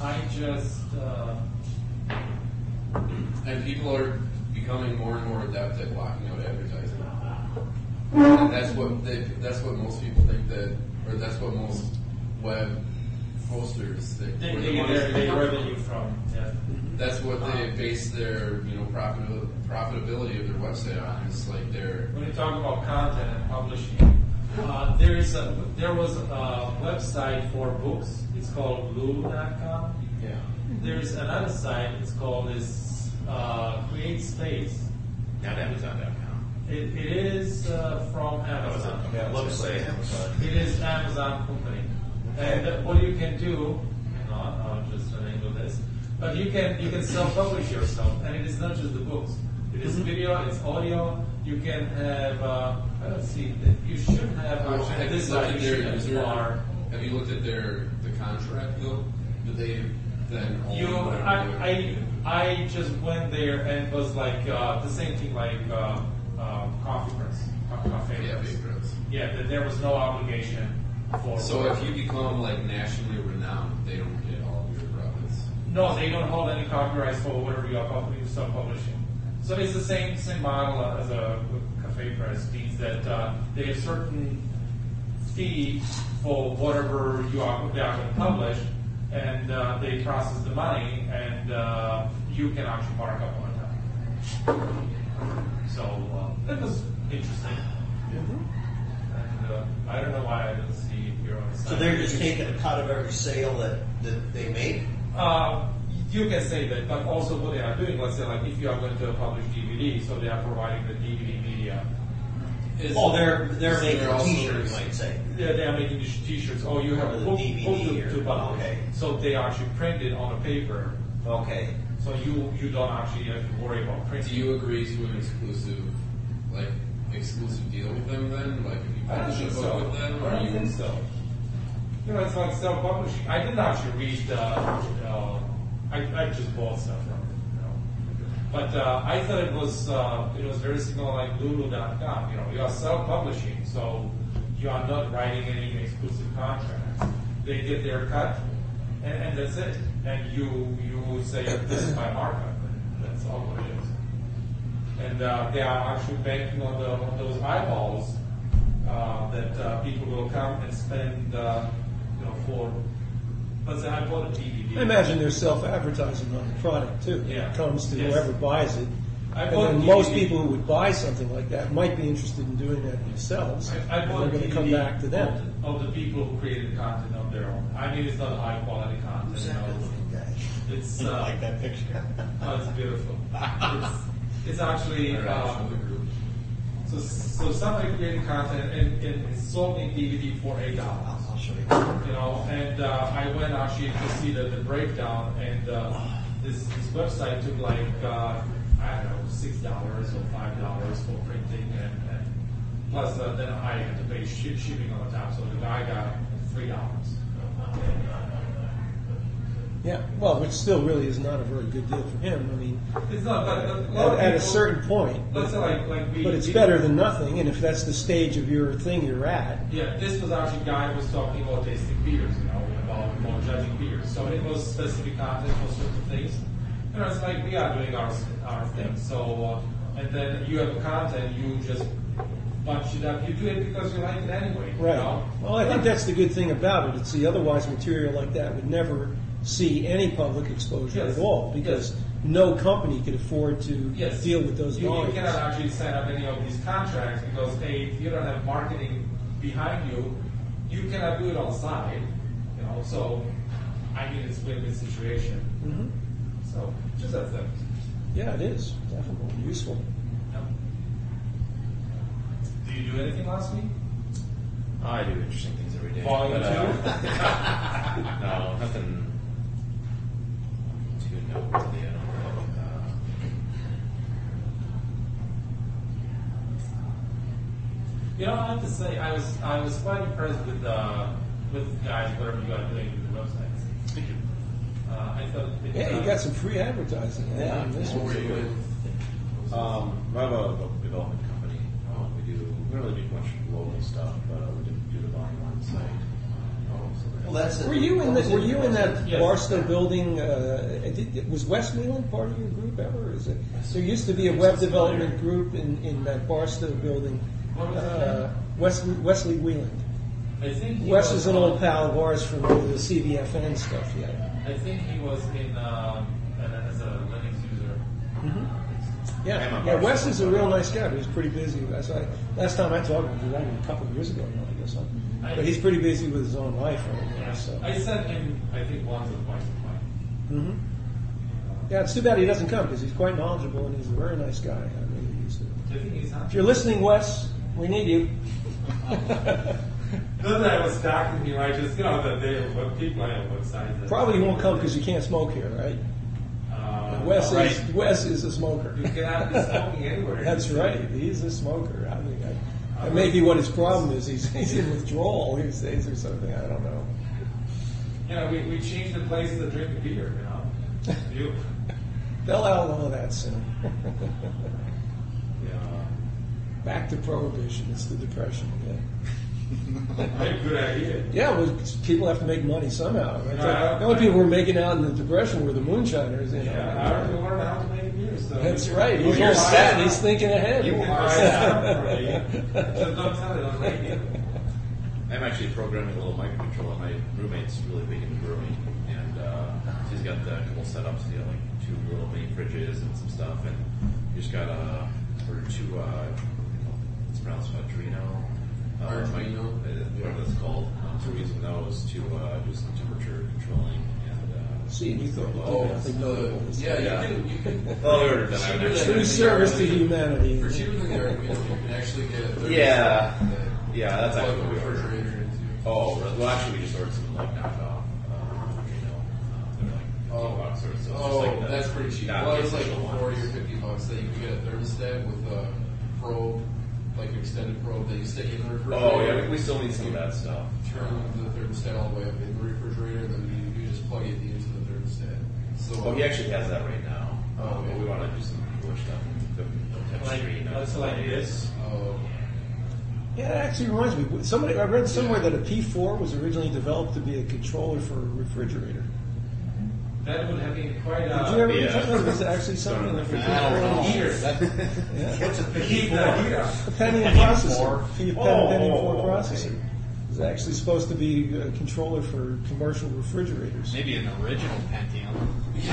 I just. Uh,
And people are becoming more and more adept at blocking out advertising. And that's what they, that's what most people think that, or that's what most web posters think.
they
where
they
the
get
money's
their,
coming
their
from.
revenue from. Yeah.
That's what they base their you know profit, profitability of their website on. It's like their
when you talk about content and publishing, uh, there is a there was a website for books. It's called Lulu.com.
yeah.
There is another site. It's called this uh, Create Space.
Not Amazon.com.
It, it is uh, from
That was a
Amazon.
Yeah, it looks like Mm-hmm.
Amazon.
It is Amazon company. And what you can do, hang on, I'll just enable this. But you can you can self-publish yourself, and it is not just the books. It
Mm-hmm.
is video, it's audio. You can have. Uh, I don't see. that You should have.
Oh,
Well,
Uh,
have
at
you
this
looked
side,
at
you
their-
should
is
have
there-
bar.
Have you looked at their, the contract though? Did they then? own
You,
whatever
I,
they-
I, I just went there and was like uh, the same thing like uh, uh, coffee press, co- cafe
Yeah,
press.
big gross.
Yeah, that there was no obligation for.
So if you become like nationally renowned, they don't get all of your profits.
No, they don't hold any copyrights for whatever you are pub- you self-publishing. So it's the same same model as a cafe press means that uh, they have certain fee for whatever you are they are going to publish, and uh, they process the money, and uh, you can actually mark up on that. So uh, it was interesting. And uh, I don't know why I didn't see it here on the side.
So they're just taking a cut of every sale that, that they make?
Uh, you can say that, but also what they are doing, let's say like if you are going to publish DVD, so they are providing the DVD media.
Is-
Oh, they're, they're
is there
making
also-
t-shirts, you might say.
Yeah, they are making these t-shirts, or you have
Or
a
the
book,
DVD
book to, to
or-
publish.
okay.
So they actually print it on a paper,
Okay.
so you, you don't actually have to worry about printing.
Do you agree to an exclusive, like exclusive deal with them then? Like if you
I don't
publish a
think
book
so.
with them,
I
or
don't
you?
think so. You know, it's like self-publishing. I didn't actually read. Uh, uh, I, I just bought stuff from it. You know. But uh, I thought it was uh, it was very similar like Lulu.com. You know, you are self-publishing, so you are not writing any exclusive contracts. They get their cut, and, and that's it. And you you say this is my markup. That's all it is and uh, they are actually banking on, the, on those eyeballs uh, that uh, people will come and spend, uh, you know, for. Let's say I bought a DVD.
I imagine there's self-advertising on the product too.
Yeah.
It comes to
Yes.
whoever buys it.
I
and
bought
then
a
most
DVD.
people who would buy something like that might be interested in doing that themselves.
I, I
and
bought
they're
a DVD
going to come back to them.
Of the, of the people who created content on their own. I mean, it's not high quality content. you know. It's
You
uh,
like that picture.
oh, it's beautiful. it's, it's actually.
Or
Uh,
actually the group?
so, so somebody created content and, and sold me DVD for eight dollars.
I'll show you.
you know, and uh, I went actually to see the, the breakdown, and uh, this, this website took like, uh, I don't know, $6 or $5 for printing, and, and plus uh, then I had to pay shi shipping on the top, so the guy got $3.
Yeah. Well, which still really is not a very good deal for him. I mean,
It's not, but a lot
at,
of
at a
people-
certain point.
Let's say like, like we.
But it's
we-
better than nothing, and if that's the stage of your thing you're at,
Yeah, this was actually guy who was talking about tasting beers, you know, about more judging beers. So it was specific content for certain things. You know, it's like we are doing our our thing. So uh, and then you have content, you just bunch it up. You do it because you like it anyway. You
Right.
know?
Well, I think that's the good thing about it. It's the otherwise material like that would never see any public exposure
Yes.
at all because no company could afford to
Yes.
deal with those
You, you
volumes.
cannot actually sign up any of these contracts because a if you don't have marketing behind you, you cannot do it on side. You know, so I mean it's win-win situation.
Mhm.
So just a thing.
Yeah, it is definitely useful.
No. Do you do anything last week?
Oh, I do interesting things every day.
Volume
but, uh,
two?
no, nothing too noteworthy. I don't know. Uh,
you know, I have to say, I was I was quite impressed with uh, with guys whatever you are doing with the websites. Uh, I thought. It,
Yeah,
uh,
you got some free advertising. Yeah, on this
What were
one.
you in?
Um, I have a book development company. Um, we do, we don't really do much local stuff, but uh, we do, do the volume on site. Um, so
Well,
that's-
that's. it.
Were you in
What
the,
was
Were
it?
you in that
Yes.
Barstow building? Uh, did, was Westmoreland part of your group ever? Or is it? There used to be a web development group in, in that Barstow building.
What was that?
uh, Wes, Wesley Wheeland.
I think he
Wes
was
is an
on-
old pal of ours from the CVFN stuff, yeah.
I think he was in um, and as a Linux user.
Mm-hmm. Yeah, yeah, Wes is a real nice guy, but he's pretty busy. That's why, last time I talked to him, that was a couple of years ago now, I guess. huh?
I-
But he's pretty busy with his own life right now,
Yeah.
so.
I sent him, I think, once or twice. a month.
Mhm. Mm-hmm. Yeah, it's too bad he doesn't come, because he's quite knowledgeable and he's a very nice guy. I really used to.
Do you think he's not?
If you're listening, Wes, we need you.
Not that I was talking to you, I just, you know, that they, what people I have websites. that-
Probably he won't come because you can't smoke here, right?
Uh,
Wes is,
Right.
Wes is a smoker.
You cannot be smoking anywhere.
That's right. He's a smoker. I think I, that may be what his problem is. He's, he's in withdrawal these days or something. I don't know.
You know, we, we changed the place to drink the beer, you know? You,
They'll outlaw that soon.
Uh,
Yeah.
Back to prohibition. It's the depression. Yeah.
a good idea.
Yeah. Well, people have to make money somehow. Right?
Yeah.
the only people who were making out in the depression were the moonshiners. You know.
Yeah, I already learned how to make beer, so. Oh,
That's right. He's
you're
all set.
set.
He's thinking ahead.
You are set for me. So don't tell it on radio.
I'm actually programming a little microcontroller. My roommate's really big into brewing, and uh, she's got the couple setups, you know, like two little mini fridges and some stuff, and you just got a or two. Uh, it's pronounced Arduino. Uh,
Arduino?
mic- uh, whatever that's called. Um, so we're using those to uh, do some temperature controlling and. Uh,
See, you thought you
Oh,
did nothing notable.
Uh, yeah,
Yeah.
you can, you can.
earlier than I would
Cheaper
actually-
than
True service to
the-
humanity.
For cheaper than the Arduino, you can actually get a 30
Yeah.
that-
Yeah, that's
plug
actually
a
what we ordered.
refrigerator into.
Oh, really? well, actually, we just ordered some like knockoff. Uh, you know, uh, they're like
Oh.
oh, bucks or so. It's
Oh,
just like the-
that's pretty cheap.
Yeah,
well,
it's
it's like
the ones.
forty or fifty bucks that you can get a thermostat with a probe, like an extended probe that you stick in the refrigerator.
Oh yeah, we, we still need some of that stuff.
Turn the thermostat all the way up in the refrigerator, and then you, you just plug it into the thermostat. So uh,
Well, Oh, he actually has that right now.
Oh,
um,
okay.
But we want to do some cooler stuff. and the- the
Like,
texture, you know.
that's like this.
Oh,
Yeah, it actually reminds me. Somebody I read somewhere that a P4 was originally developed to be a controller for a refrigerator.
That would have been quite
Did you
a.
ever
yeah.
check that? Was it actually something in the
Uh, I don't know.
refrigerator?
That-
Yeah.
Heat the heat up.
A penny and processor. P- pen-
Oh,
Penny and
oh,
four
oh,
processor. It's actually supposed to be a controller for commercial refrigerators.
maybe an original Pentium.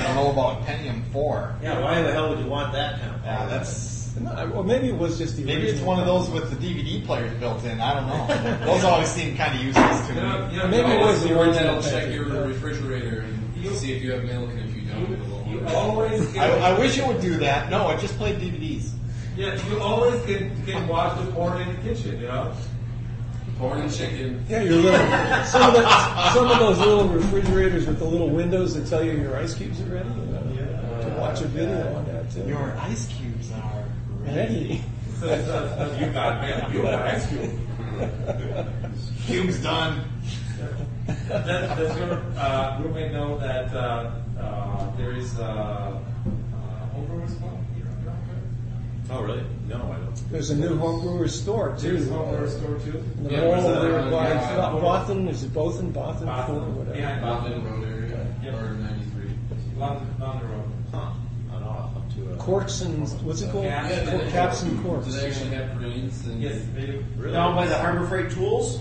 I don't know about Pentium 4.
Yeah, why the hell would you want that kind of?
Yeah,
power?
that's
No, I- Well, maybe it was just the original.
maybe it's one of those with the DVD players built in. I don't know. Those always seem kind of useless to
You know,
me.
you know,
Maybe it
you
was the
the one that'll
original
check
package,
your
yeah.
refrigerator and
You-
see if you have milk, and if you don't, it'll
al- You
order.
always
I,
get,
I wish it would do that. No, I just played DVDs.
yeah, you always can, can watch the porn in the kitchen, you know?
Corn and chicken.
Yeah, your little some of the, some of those little refrigerators with the little windows that tell you your ice cubes are ready. You know, to watch a video on that too.
Your ice cubes are ready.
ready.
So, so, so you got milk, you got ice cube.
Cubes done.
Does, does your uh, roommate know that uh, uh, there is uh, uh, homebrewers club here on Rockford?
Oh really? No, I don't.
There's a new homebrewer store too.
There is homebrewer store too.
The
Yeah,
mall
there's a-
there by
yeah.
Bo- Bothan, is it Bothan, Bothan,
Bothan,
Ford, whatever.
yeah.
Bobin Road area,
Yeah.
or 93.
London, London Road.
Huh? I don't know. I'll have to. Uh,
Corks and what's it called?
Yeah,
do
Cor-
they-
caps and corks.
Do they actually have greens? And
Yes, they do.
really?
Down by the Harbor Freight Tools?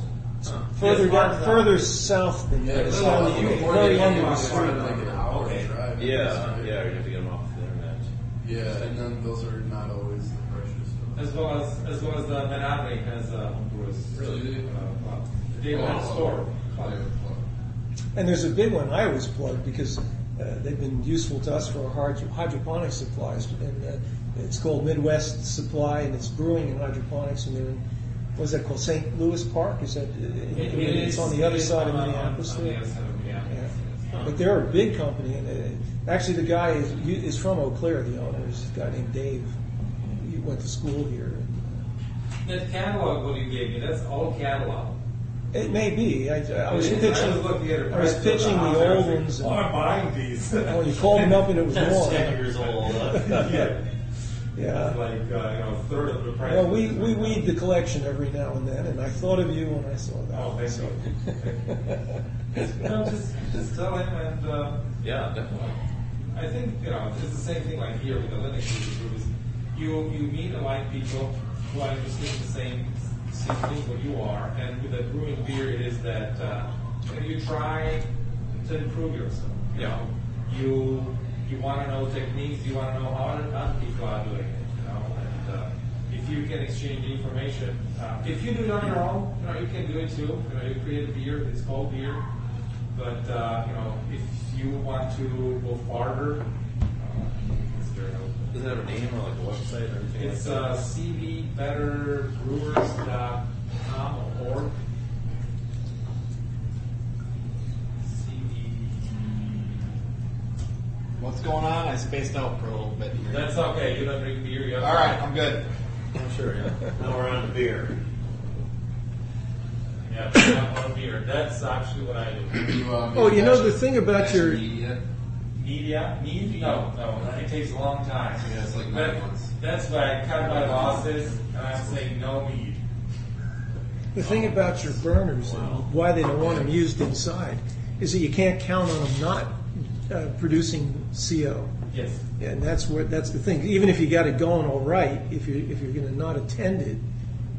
further
Yes,
down,
Bothan.
further south than
Yeah,
that. It's
it's
not
like
like
you
very
or they
long
can
of a
walk
street.
around like an hour
Okay.
drive.
Yeah, yeah. You have to get them off the internet.
Yeah, and then those are not always the freshest.
As well as as well as the Manavik has a homebrewers.
Really?
Uh, club. They have a store. club.
And there's a big one I always plug because uh, they've been useful to us for our hydro- hydroponic supplies. And uh, it's called Midwest Supply, and it's brewing and hydroponics. And they're in, what's that called? St. Louis Park? Is that?
It-
Uh,
it
it's
is-
on the other
it is
side of
on- on-
Minneapolis.
On
there.
the other side of Minneapolis. yes.
But they're a big company, and uh, actually, the guy is, is from Eau Claire. The owner is a guy named Dave. He went to school here.
That catalog what you gave me, that's all catalog.
It may be. I, I was
It is.
pitching.
I was looking at it.
I was pitching
I was
the old
like,
ones.
Oh,
And,
I'm buying these.
oh, you called him up, and it was
That's
more.
ten years old. huh?
yeah. It's
Yeah.
like, uh, you know, a third of the price.
Well, we, we weed the collection every now and then, and I thought of you when I saw that.
Oh, thank you. no, just, just tell him, and uh,
Yeah, definitely.
I think, you know, it's the same thing like here with the Linux user group is you, you meet alike people who are interested in the same, same thing what you are, and with the brewing beer, it is that uh, you, know, you try to improve yourself. You
Yeah.
know, you you want to know techniques, you want to know how other- other people are doing it, you know, and uh, if you can exchange information, uh, if you do it on your own, you know, you can do it too. You know, you create a beer, it's called beer, but uh, you know, if you want to go farther, uh, it's very open.
Does it have a name or like a website or anything?
It's
like
uh, cbbetterbrewers.com or org. CB
What's going on? I spaced out for a little bit here.
That's okay. You don't drink beer. You have
All right, I'm good.
I'm sure, yeah.
Now we're on to beer.
Yeah, you have one beer. That's actually what I do.
You, uh,
Oh, you know the
manufacture-
thing about your-
manufacture media?
Media? Mead? No, no. It takes a long time.
Yeah, it's like
That-
nine months.
That's why I cut my losses and I'm saying no mead.
The thing about your burners and why they don't want them used inside is that you can't count on them not uh, producing CO.
Yes.
And that's where that's the thing. Even if you got it going all right, if you if you're going to not attend it,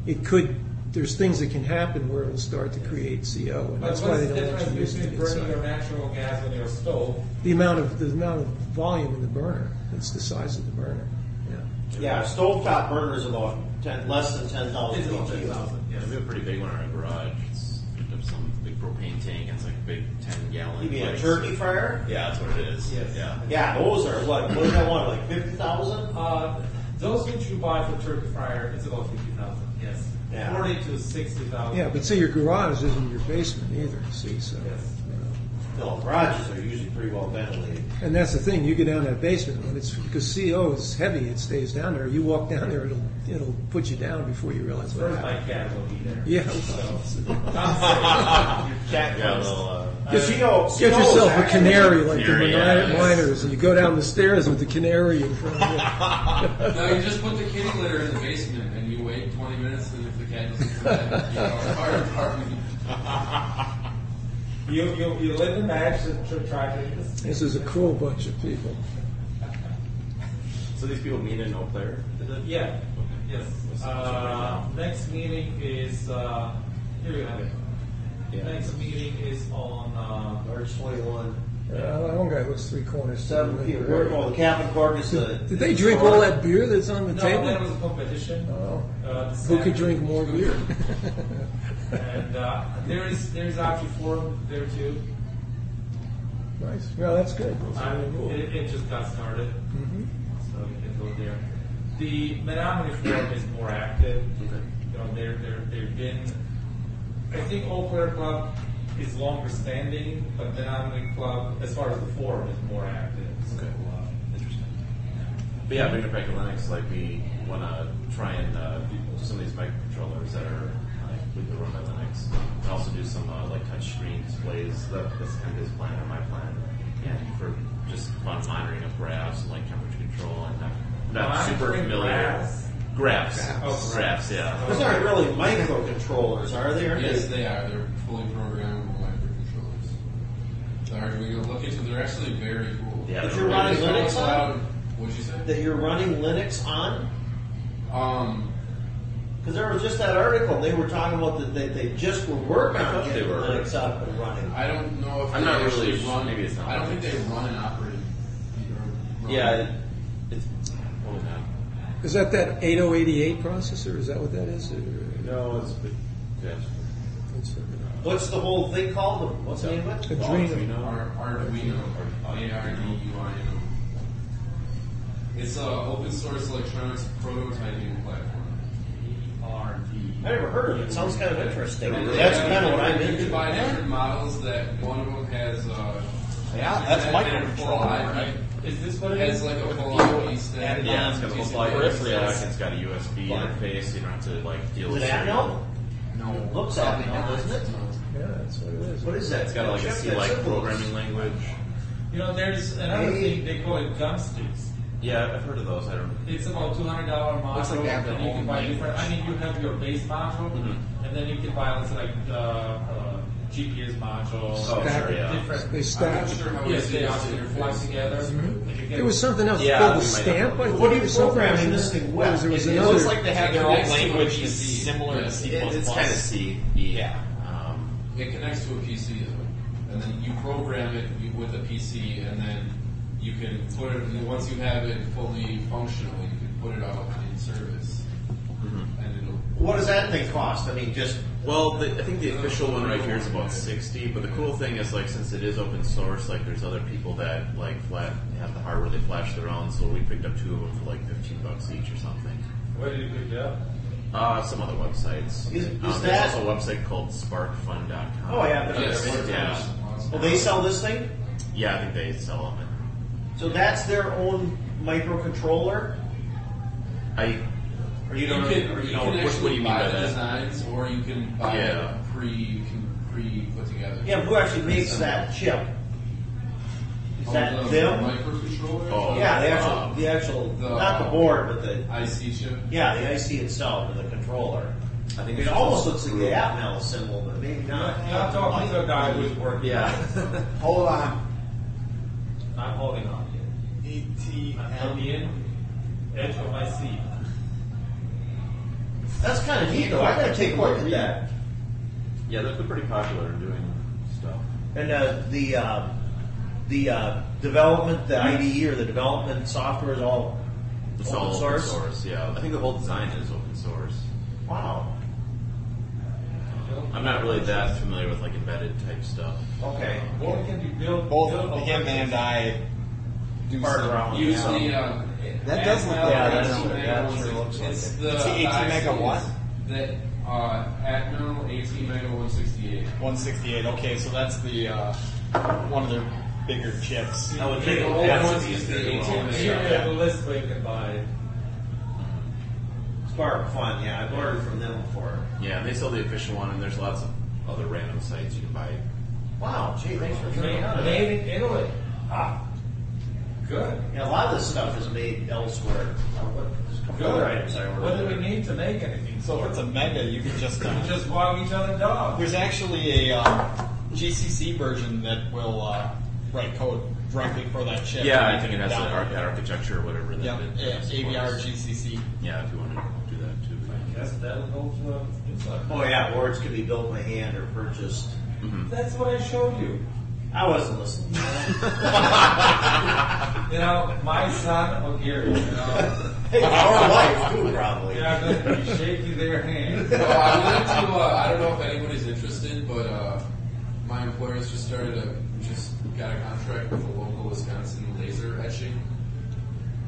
it could. There's things that can happen where it'll start to create CO, and
But
that's
what's
why they
the
don't want you
difference
using it
between burning your
inside.
natural gas on your stove?
The amount of the amount of volume in the burner. It's the size of the burner. Yeah.
Yeah, stovetop burner is about ten, less than ten thousand.
It's about 10,000,
Yeah, we have a pretty big one in our garage. It's picked up some big propane tank. It's like a big 10 gallon.
You mean a
place.
turkey fryer?
Yeah, that's what it is.
Yes.
Yeah.
Yeah, those are what? What is that one? Like fifty thousand?
Uh, those which you buy for turkey fryer, it's about fifty thousand, yes.
Yeah.
Forty to sixty thousand.
Yeah, but see, your garage isn't your basement either. See, so.
Yes.
No, garages are usually pretty well ventilated.
And that's the thing, you get down that basement, when it's, because CO is heavy, it stays down there. You walk down there, it'll, it'll put you down before you realize what
First, my
happened.
cat will be there.
Yeah.
So,
Cat
Yeah,
lives.
well, uh,
Get
Seal-
Get
seal is
yourself a
actually-
canary like the
Canary, yeah,
mini- miners, and you go down the stairs with the canary in front of you.
No, you just put the kitty litter in the basement and you wait 20 minutes, and if the cat doesn't come in, you call the fire department.
You, you, you lit the match to- to try to.
This is a cool bunch of people.
so these people mean and no player? Is it?
Yeah, yes. Uh, next meeting is, uh, here you have it.
Yeah.
Next meeting is on, uh,
March twenty-one,
Uh, that one guy looks three corners.
seven P M. Well, the Captain Corp is the.
Did they drink all that beer that's on the
no, that was
table?
a competition.
Oh.
Uh,
Who could
Saturday.
drink more beer?
And, uh, there is, there is actually forum there too.
Nice, well, that's good. That's
I-
really cool.
It, it just got started,
Mhm.
so you can go there. The Menominee Forum is more active. You know, they're, they're, they've been, I think Eau Claire Club is longer standing, but Menominee Club, as far as the forum, is more active. So, uh,
Interesting. But yeah, bringing it back to Linux, like we want to try and uh, do some of these microcontrollers that are like completely run by Linux, and also do some uh, like touch screen displays. That, that's kind of his plan and my plan, and for just fun monitoring of graphs and like temperature control. And I'm not super
Monitoring
familiar.
graphs?
Graphs,
Graphs. Oh,
graphs, yeah.
Those aren't really microcontrollers, are they? Aren't
Yes,
they?
they are. They're fully programmable microcontrollers. The harder we go look into, they're actually very cool.
Yeah,
If
they're
you're
really-
running
They call
Linux
us
on?
loud- What'd you say?
That you're running Linux on?
Um,
Because there was just that article, they were talking about that they, they just were working
I
on
thought they
getting
were.
Linux up and running.
I don't know if
I'm
they
not
actually
really-
run.
maybe it's not.
I don't think they run an operating. or run-
Yeah, it, it's probably not.
Is that that 8088 processor? Is that what that is? Or-
No, it's but yeah.
It's-
What's the whole thing called? What's the name of it?
Adreno.
Ar- Arduino, A-R-D-U-I-N-O. It's a open source electronics prototyping platform.
I never heard of it. Sounds kind of interesting.
And they
That's
have-
kind of what I'm
You can
into.
buy different models that one of them has uh
Yeah, that's
has a full
microcontroller.
IP,
Is this what it
Has
is?
like a full IP stack.
Yeah,
Um,
it's got a
Piece of
full
peripheral.
interface. It's got a USB interface. You don't have to like deal
Is
with
it
serial.
Atmel?
No,
Looks
probably
Atmel,
not.
isn't it?
No.
Yeah, that's what it is.
What is that?
It's got like a
Check
C
that
like
symbol.
programming language.
You know, there's another
Hey.
thing, they call it gum sticks.
Yeah, I've heard of those. I don't.
It's about two hundred dollar
Looks like
module,
they
and
have their
you can
own Mm-hmm.
buy
link.
different. I mean, you have your base module,
Mhm.
and then you can buy also like the uh, GPS module.
Oh, sure, yeah.
Different- They
I'm
stack.
not sure how
Yes,
it's
they are intertwined
interfaced.
together.
Mm-hmm.
and you
There
can-
was something else
Yeah,
called the
we might have
stamp.
one.
I
What
think,
do you
or something.
program in this thing with?
There was
It, it
another.
looks like they have their own
Connects to a
language that's
PC.
similar
Yeah.
to C++.
It- it's kind of C. E.
Yeah.
Um,
It connects to a PC though, and then you program it you- with a PC, and then you can put it. and Once you have it fully functional, you can put it out in service,
Mm-hmm.
and it'll.
What does that thing cost? I mean, just
well, the, I think the official one right here is about sixty. But the cool thing is like since it is open source, like there's other people that like flat have the hardware they flash their own. So we picked up two of them for like fifteen bucks each or something.
What did you pick it up?
Uh, some other websites.
Is-
um,
is
there's
that-
also a website called SparkFun.com.
Oh, yeah, but-
Yes,
Yes.
yeah.
well, they sell this thing.
Yeah, I think they sell them.
So that's their own microcontroller?
I
Or you don't,
can,
or you
you
don't?
can
what- what
actually
do you mean
buy
by
the
that?
designs, or you can buy
Yeah.
it pre you can pre put together.
Yeah, who actually makes that chip? Is
Oh,
that
the
them?
Microcontroller.
Oh.
Yeah, the
Uh,
actual, the actual,
the-
not the board, but the,
IC chip.
yeah, the IC itself, or the controller.
I think
It
it's
almost looks
just-
like the Atmel symbol, but maybe not.
Not talking to a guy who's working.
Yeah.
Hold on.
I'm holding on.
E
I'm
ETM.
in edge of my seat.
That's kind of neat, though. I gotta take a look at that.
yeah, they're they're pretty popular in doing stuff.
And uh, the uh, the uh, development, the IDE or the development software is all
It's
open
all open
source.
source. Yeah, I think the whole design is open source.
Wow.
I'm not really that familiar with like embedded type stuff.
Okay.
Or it can be built. built
Both
on
him and I do
Fart
some-
around.
Use
Yeah.
the uh,
That does look
Atmel
like
Yeah,
or
that's-
Atmel
that sure
one-
looks like
it's
it.
the
It's the 18
ICs
mega one?
that uh, Atmel 18 mega 168.
168. Okay, so that's the uh, one of their bigger chips.
I would
The
think
old
it has to
ones
be
is
embedded
the
in all
18
of
mega.
it.
Here we have a list where you can buy it.
Spark Fun, yeah. I've ordered from them before.
Yeah, and they sell the official one, and there's lots of other random sites you can buy.
Wow, gee, thanks for coming
Made,
out.
made in Italy. Ah, good.
Yeah, a lot of this stuff is made elsewhere. Uh, what- there's a couple
Good.
other items I ordered.
What do we need to make anything?
So if it's a mega, you can just.
We
Uh,
just walk each other dogs.
there's actually a um, GCC version that will uh, write code directly for that chip.
Yeah, I think it has
Down.
that, ar- that architecture or whatever. That
Yeah,
it-
yeah, AVR GCC.
Yeah, if you want to do that too.
Yes, that'll go to the newsletter.
Oh yeah, or it's gonna be built by hand or purchased.
That's what I showed you.
I wasn't listening.
You know, my son or Gary, you know,
Our life too, probably.
they are going to be shaking their hands.
So I wanted to. Uh, I don't know if anybody's interested, but uh, my employer's just started a just got a contract with a local Wisconsin laser etching.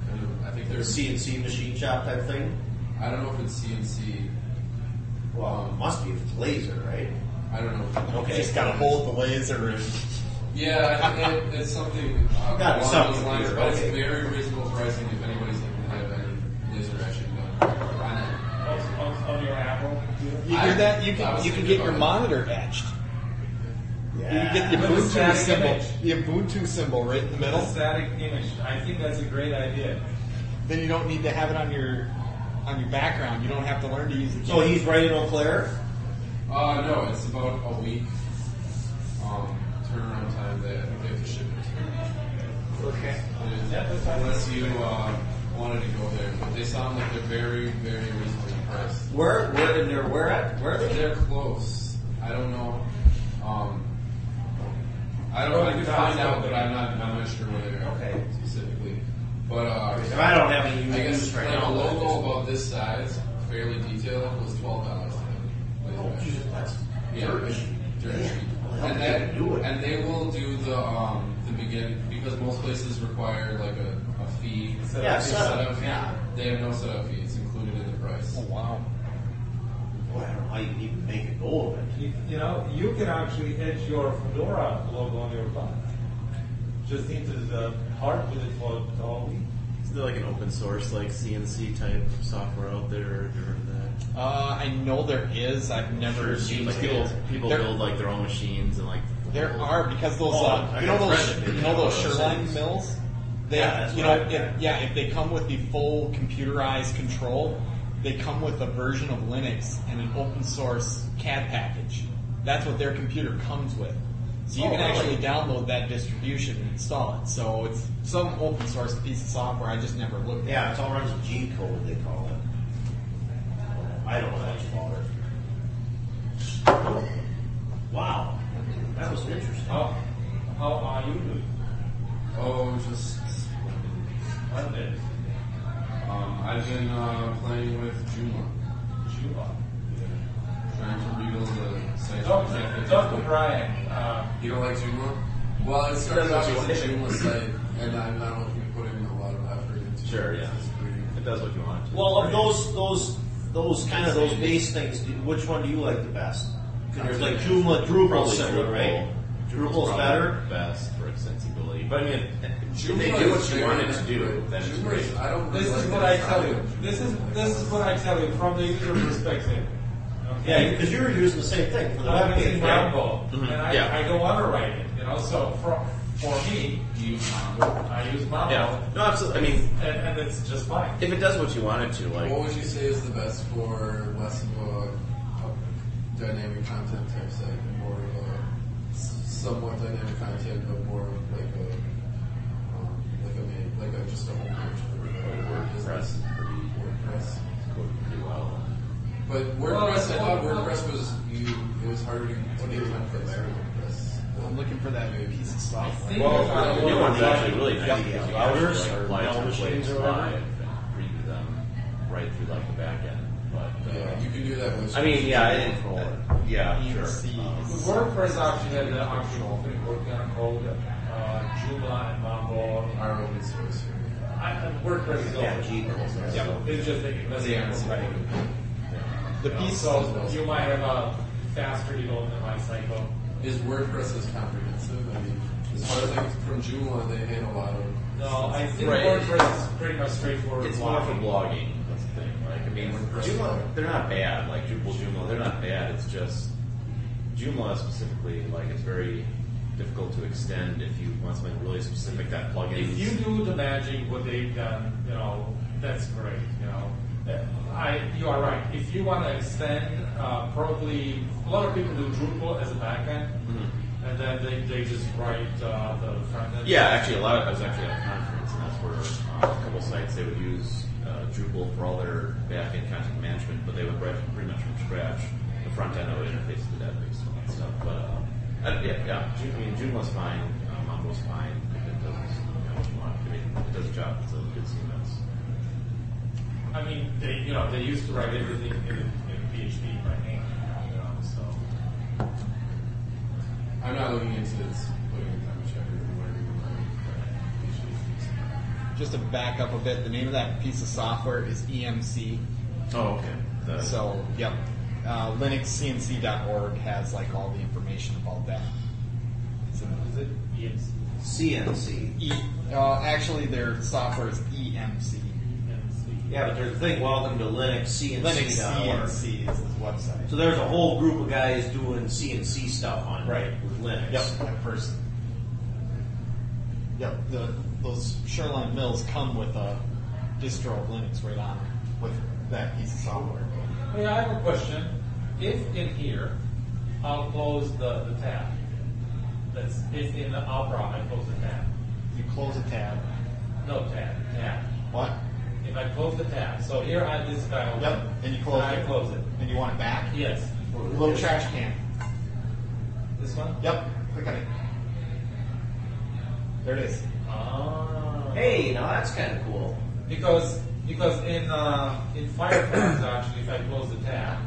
Kind of, I think they're.
CNC machine shop type thing.
I don't know if it's CNC.
Well, it must be if it's laser, right?
I don't know.
Okay.
Just gotta hold the laser and
Yeah, I think it, it's something uh,
Got it,
along
something
those
to
lines,
do,
but it's
okay.
very reasonable pricing if anybody's looking to have any laser etching done on it.
On, on, on your Apple computer.
you
I-
hear that you
I
can
was
you can
thinking
get your
about
monitor etched.
Yeah.
You get the
With a
Ubuntu
static
symbol,
image.
the Ubuntu symbol right in the
Metal
middle.
static image. I think that's a great idea.
Then you don't need to have it on your on your background. You don't have to learn to use the.
so
key.
he's right in Eau Claire.
Uh, no, it's about a week um, turnaround time that I think they have to ship it.
Okay.
to. Unless you uh, wanted to go there, but they sound like they're very, very reasonably priced.
Where? Where? And they're where at? Where are they?
They're close. I don't know. Um, I don't. I can find out, but I'm not. I'm not sure where they are
Okay.
specifically. But uh,
If I don't have any
I guess
news right
like
now.
a
but I just-
logo about this size, fairly detailed, was twelve dollars.
Oh, Jesus, that's
Yeah,
dirty.
dirt
Yeah.
cheap.
How
And
did
that,
they do it?
and they will do the um the begin because most places require like a, a fee.
Set
Yeah,
a
setup,
fee.
yeah.
They have no setup fee. It's included in the price.
Oh, wow.
Boy, I don't know how you can even make a go of it.
You, you know, you can actually edge your Fedora logo on your button. Just into the heart with it for the whole week.
Is there like an open source like CNC type software out there or that?
Uh, I know there is. I've never used
like
it.
people people
There-
build like their own machines and like.
There
whole-
are because those
Oh,
uh,
I
you know
got a
those
friend that
you
did
know
that
those
on those
Sherline
things.
mills. They
Yeah, that's
you know
what I-
if, yeah if they come with the full computerized control, they come with a version of Linux and an open source CAD package. That's what their computer comes with. So you
Oh,
can
really?
actually download that distribution and install it. So it's some open source piece of software. I just never looked at.
Yeah, it's all runs with G code. They call it. I don't know much about it. Wow, that was interesting.
How, how are you doing?
Oh, just
One day.
Um, I've been uh, playing with Joomla,
You are.
trying to rebuild the site.
Doctor, Doctor Brian, uh,
You don't like Joomla? Well, it started out as a Joomla site, and I'm not looking to put in a lot of effort into
Sure,
it.
yeah.
It's pretty-
It does what you want. it to.
Well, of
Right.
those, those, those kind of those base things, do- which one do you like the best? 'Cause There's like Joomla, Drupal,
Probably
similar,
Drupal.
right?
Drupal's
probably
better?
the Best for extensibility, but I mean, if
Joomla
they do
is
what you
very
want it to
different,
do,
but
then it's
Joomla
great.
is- I don't really
This
like
is
the
what I
design
tell you.
of Joomla.
This is this is what I tell you from the user perspective.
Yeah,
Okay.
because you were using the same thing for the
I haven't seen
webpage, right?
Mambo, and I,
Yeah.
I don't want to write it. You know, so for for me,
Do you use Mongo?
I use Mambo,
Yeah, no, absolutely. I mean,
and, and it's just fine.
if it does what you want it to, like
What would you say is the best for less of a, a dynamic content type site and more of a somewhat dynamic content, but more of like a um, like a ma- like a just a homepage for
Like WordPress.
WordPress.
would do well.
But WordPress,
Well,
I thought
well,
WordPress was you. It was harder to to get templates than WordPress.
I'm looking for that piece of software.
See,
Well,
that's what I
the
want.
new one's actually really nice.
Yeah.
because you can
Routers
actually, like,
or
apply
mail
templates
machines or whatever.
live and preview them right through like the back end. But uh,
Yeah, you can do that with.
I mean, yeah, it, yeah,
You
sure.
see.
WordPress actually had the optional thing working on code, uh, Joomla and Mambo.
our open source.
I, I- WordPress is
Yeah,
open.
Gmail's
Yeah, it's just they can
They aren't
mess
supported.
it up.
The
You know,
piece
So you might have a faster development life cycle.
Is WordPress as comprehensive? I mean, as far as like from Joomla, they had a lot of.
No, I think
Right.
WordPress is pretty much straightforward.
It's more for
blogging.
blogging. That's the thing. Like, I mean, Joomla, they're not bad. Like Drupal, Joomla, they're not bad. It's just Joomla specifically, like, it's very difficult to extend if you want something really specific that plugins.
If you do the magic what they've done, you know, that's great, you know. Uh, I, you are right. If you want to extend, uh, probably a lot of people do Drupal as a backend, and then they, they just write uh, the front end.
Yeah, actually, a lot of I was actually at a conference, and that's where uh, a couple sites they would use uh, Drupal for all their backend content management, but they would write pretty much from scratch the front end that would interface to the database and all that stuff. But uh, I, yeah, yeah, Ju- I mean, Joomla's fine, uh, Mongo's fine. It does you know, what you want. I mean, it does a job. It's a good CMS.
I mean, they you know they used to write everything in, in PHP by hand, you know. So
I'm not looking into this, putting a time checker and whatever you want.
Just to back up a bit, the name of that piece of software is EMC.
Oh, okay. The,
So, yep. Uh, LinuxCNC.org has like all the information about that. So, is it
EMC,
CNC.
E, uh, actually, their software is E EMC.
EMC.
Yeah, but there's a thing, welcome to Linux CNC.
Linux CNC is his website.
So there's a whole group of guys doing CNC stuff on
Right.
with Linux.
Yep, at first. Yep, the, those Shoreline Mills come with a distro of Linux right on with that piece of software.
Hey, I have a question. If in here, I'll close the, the tab. That's if in the Opera, I close the tab.
You close a tab.
No tab, tab.
What?
If I close the tab, so here I have this guy. open.
Yep, and you close
I
it.
close it.
And you want it back?
Yes.
Little trash can.
This one.
Yep, click on it. There it is.
Ah.
Hey, now that's kind of cool.
Because because in uh, in Firefox actually, if I close the tab,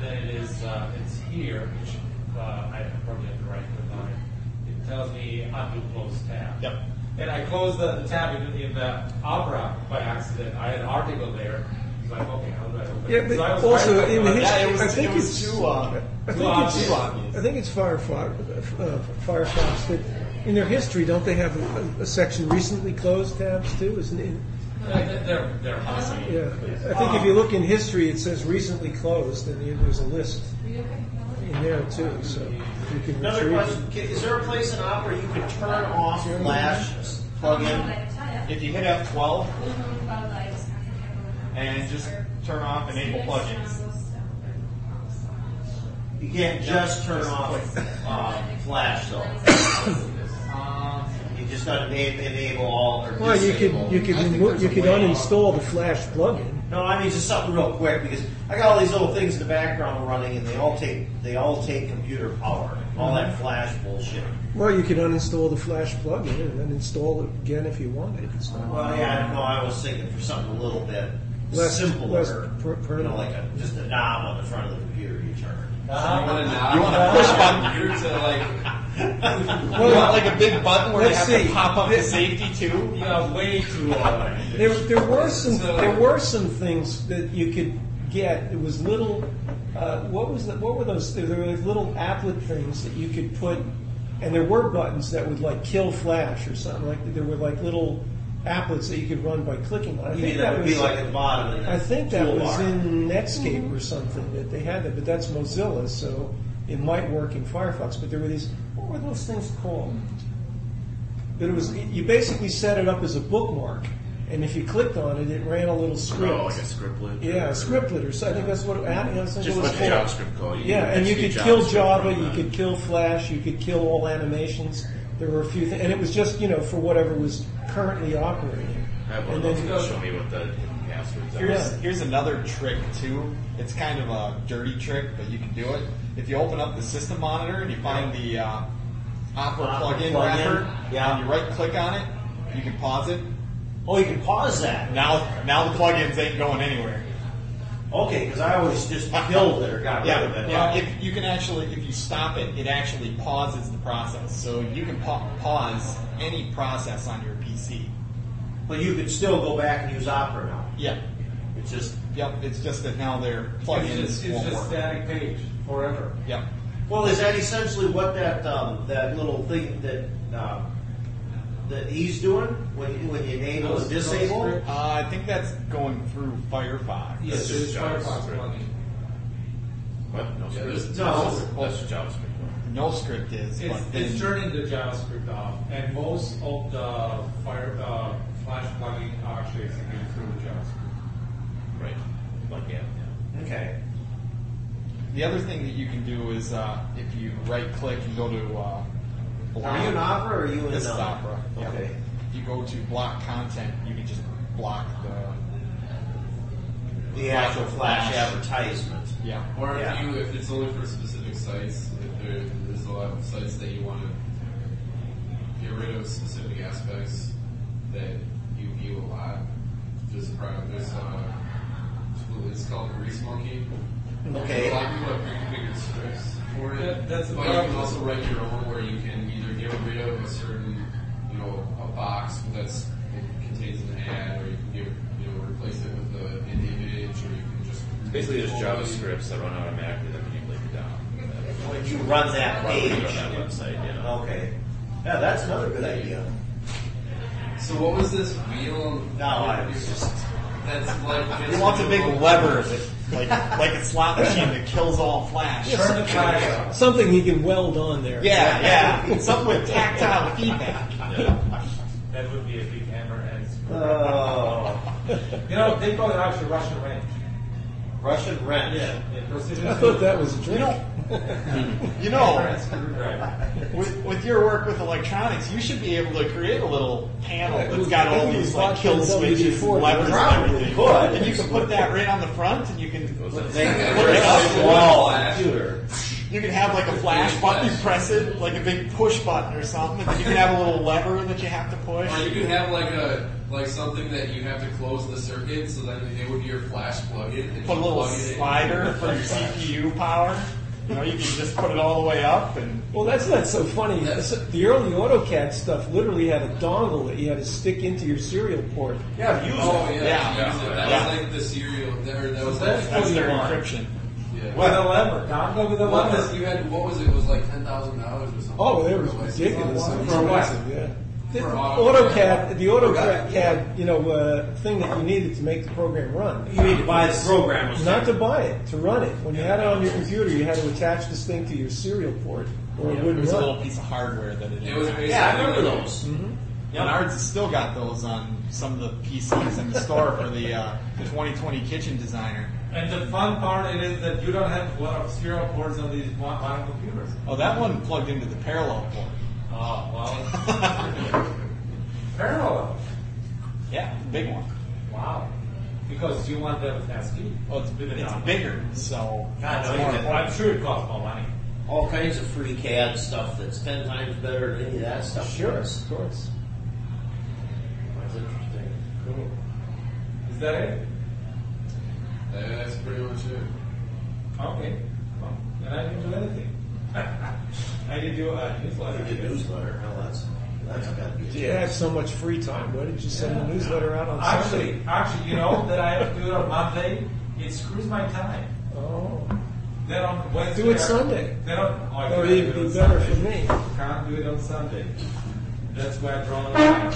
then it is uh, it's here, which uh, I probably have to right click on it. It tells me undo close tab.
Yep.
And I closed the, the tab in, in the Opera by accident. I had an article there. It's like okay, how do I open
Yeah,
it?
but
So I was
also
right-
in the
uh,
history,
Yeah, it was-
I think
it was
it's
too, uh,
I
too
think it's,
obvious.
I think it's Firefox. Uh, Firefox that in their history, don't they have a, a section recently closed tabs too? Isn't it?
uh, they're they're, they're hustling.
Yeah, I think if you look in history, it says recently closed, and you- there's a list in there too. So you can
Another
retrieve it.
question: can- Is there a place in Opera you could turn off Flash plugin?
If you hit F12 and just turn off enable plugins,
You can't just turn off uh, Flash though.
um,
You just got to enable, enable all or
Well, you
disable.
could you could
I think
remove,
there's
you
a
could
way off.
uninstall the Flash plugin.
No, I mean just something real quick because I got all these little things in the background running, and they all take they all take computer power. All
Uh-huh.
that Flash bullshit.
Well, you could uninstall the Flash plugin and then install it again if you wanted. It's not-
Well, yeah, no, I was thinking for something a little bit
Less-
simpler,
less per-
you
permanent.
know, like a, just a knob on the front of the computer you turn.
So you want to knob?
You want a push button?
You're to like
you want like a big button where they
Let's
have to
see.
pop up the safety too?
You are way too uh,
There, there were some there were some things that you could get. It was little. Uh, what was the, what were those? There were like little applet things that you could put And there were buttons that would like kill Flash or something like that. There were like little applets that you could run by clicking on. I
You
think
mean that would be
was-
like at the bottom of that
I think that was
toolbar.
in Netscape or something that they had that, but that's Mozilla, so it might work in Firefox. But there were these, what were those things called? But it was, you basically set it up as a bookmark, and if you clicked on it, it ran a little script.
Oh, like a scriptlet.
Yeah, a scriptlet or so. I think that's what. I think that's what
Just
it
a
was
bunch of
called.
JavaScript code. You
Yeah,
could
and you could
execute
kill
JavaScript
Java,
from
you
that.
could kill Flash, you could kill all animations. There were a few things, and it was just you know for whatever was currently operating.
I have one
And
of those
then
that show me what the hidden passwords are.
Here's,
Yeah.
here's another trick too. It's kind of a dirty trick, but you can do it. If you open up the system monitor and you find the uh, Opera
Opera
plugin
plugin,
wrapper,
yeah.
and you right click on it, you can pause it.
Oh, you can pause that.
Now, now the plugins ain't going anywhere.
Okay, because I always just killed it or got rid of
Yeah,
it.
yeah. If you can actually, if you stop it, it actually pauses the process. So you can pa- pause any process on your PC.
But you can still go back and use Opera now.
Yeah,
It's just
yep. It's just that now their
It's
plugins
just, it's
won't
just
work.
static page forever.
Yep.
well, is that essentially what that um, that little thing that um, that he's doing when you, when you enable and disable?
Uh, I think that's going through Firefox.
Yes,
just
it's Firefox
JavaScript.
plugin.
What? No,
Yeah,
script.
there's-
No.
That's just JavaScript.
No script is,
It's,
but then
it's turning the JavaScript off, and most of the Fire uh, Flash plugin are actually executed through the JavaScript.
Right. Like, yeah.
Okay.
the other thing that you can do is uh, if you right click and go to uh, block.
Are you in Opera or are you in?
This is
um,
Opera. yeah.
Okay.
If you go to block content, you can just block the
The actual flash advertisement.
yeah.
Or
Yeah.
if you, if it's only for specific sites, if there, there's a lot of sites that you want to get rid of specific aspects that you view a lot. There's a product, there's a tool, it's called Grease Monkey. A
Okay.
lot of people have pre-configured scripts for it.
That- that's the
but you can
problem.
also write your own where you can either get rid of a certain, you know, a box that's that contains an ad, or you can get, you know, replace it with a, an image, or you can just
Basically, there's
totally-
JavaScripts that run automatically that manipulate the DOM.
When you run that
Why would you go to that
page.
website? Yeah.
Okay. Yeah, that's another good idea.
So what was this wheel?
No, I was just.
That's like
He wants a big lever that, like like a slot machine that kills all flash.
Turn the flash off.
Something he can weld on there.
Yeah, yeah. Something with tactile feedback.
That would be a big hammer and screw.
Uh,
Oh.
you know, they call it actually Russian range.
Russian wrench.
yeah precision.
I thought that was a
You
drink.
know, you
hammer
know,
and screwdriver.
with, with your work with electronics, you should be able to create a little panel that's got all these like kill switches, and levers, and
Probably
everything.
could.
And you can put that right on the front, and you can
They can
Look it up.
wall on a computer.
you can have like a flash button, you press it like a big push button or something, and then you can have a little lever that you have to
Or
push.
you could have like a like something that you have to close the circuit, so then it would be your flash plug-in. and
Put a
you
little
plug it in.
slider for your CPU power. You know, you can just put it all the way up and.
Well, that's not so funny. The early AutoCAD stuff literally had a dongle that you had to stick into your serial port.
Yeah, use
Oh yeah,
Yeah.
use it. that
Yeah.
was like the serial. That, or that was
that's
like,
That's
what you
their
want.
encryption.
yeah.
With a lever, not
Oh,
with a
What
lever.
was, you had what was it? It was like ten thousand dollars or something.
Oh, they were
Otherwise,
ridiculous.
it's
and
a lot.
For what?
expensive, Yeah. The
For
AutoCAD,
AutoCAD.
the AutoCAD, you know, uh, thing that you needed to make the program run.
You need to buy the program. or
Not
something.
to buy it, to run it. When you had it on your computer, you had to attach this thing to your serial port, or it
It
wouldn't
was a little
run.
piece of hardware that it.
It was basically
Yeah, I remember those.
Menards has still got those on some of the PCs in the store for the uh, 2020 kitchen designer.
And the fun part is that you don't have one of serial ports on these mo- modern computers.
Oh, that one plugged into the parallel port.
Oh, well. Parallel.
Yeah, the big one.
Wow. Because you want the fast key.
Well, Oh, it's,
Bit of
it's
knowledge.
bigger, so
Oh, God,
it's
no, you
more
didn't.
I'm sure it costs more money.
All kinds of free CAD stuff that's ten times better than any of that stuff.
Sure, of course.
That's interesting.
Cool. Is that it?
That's pretty much it.
Okay. Well, then I didn't do anything. I did do a newsletter.
Get a newsletter. Hell, that's that's got to be.
You have so much free time. Why didn't you send the newsletter out on Sunday?
Actually, actually, you know that I have to do it on Monday. It screws my time.
Oh,
Then on Wednesday.
Do it Sunday.
Then on, oh, I
That would
can't
even
do it
be
on
better
Sunday.
for me.
Can't do it on Sunday. That's why I'm drawing a line.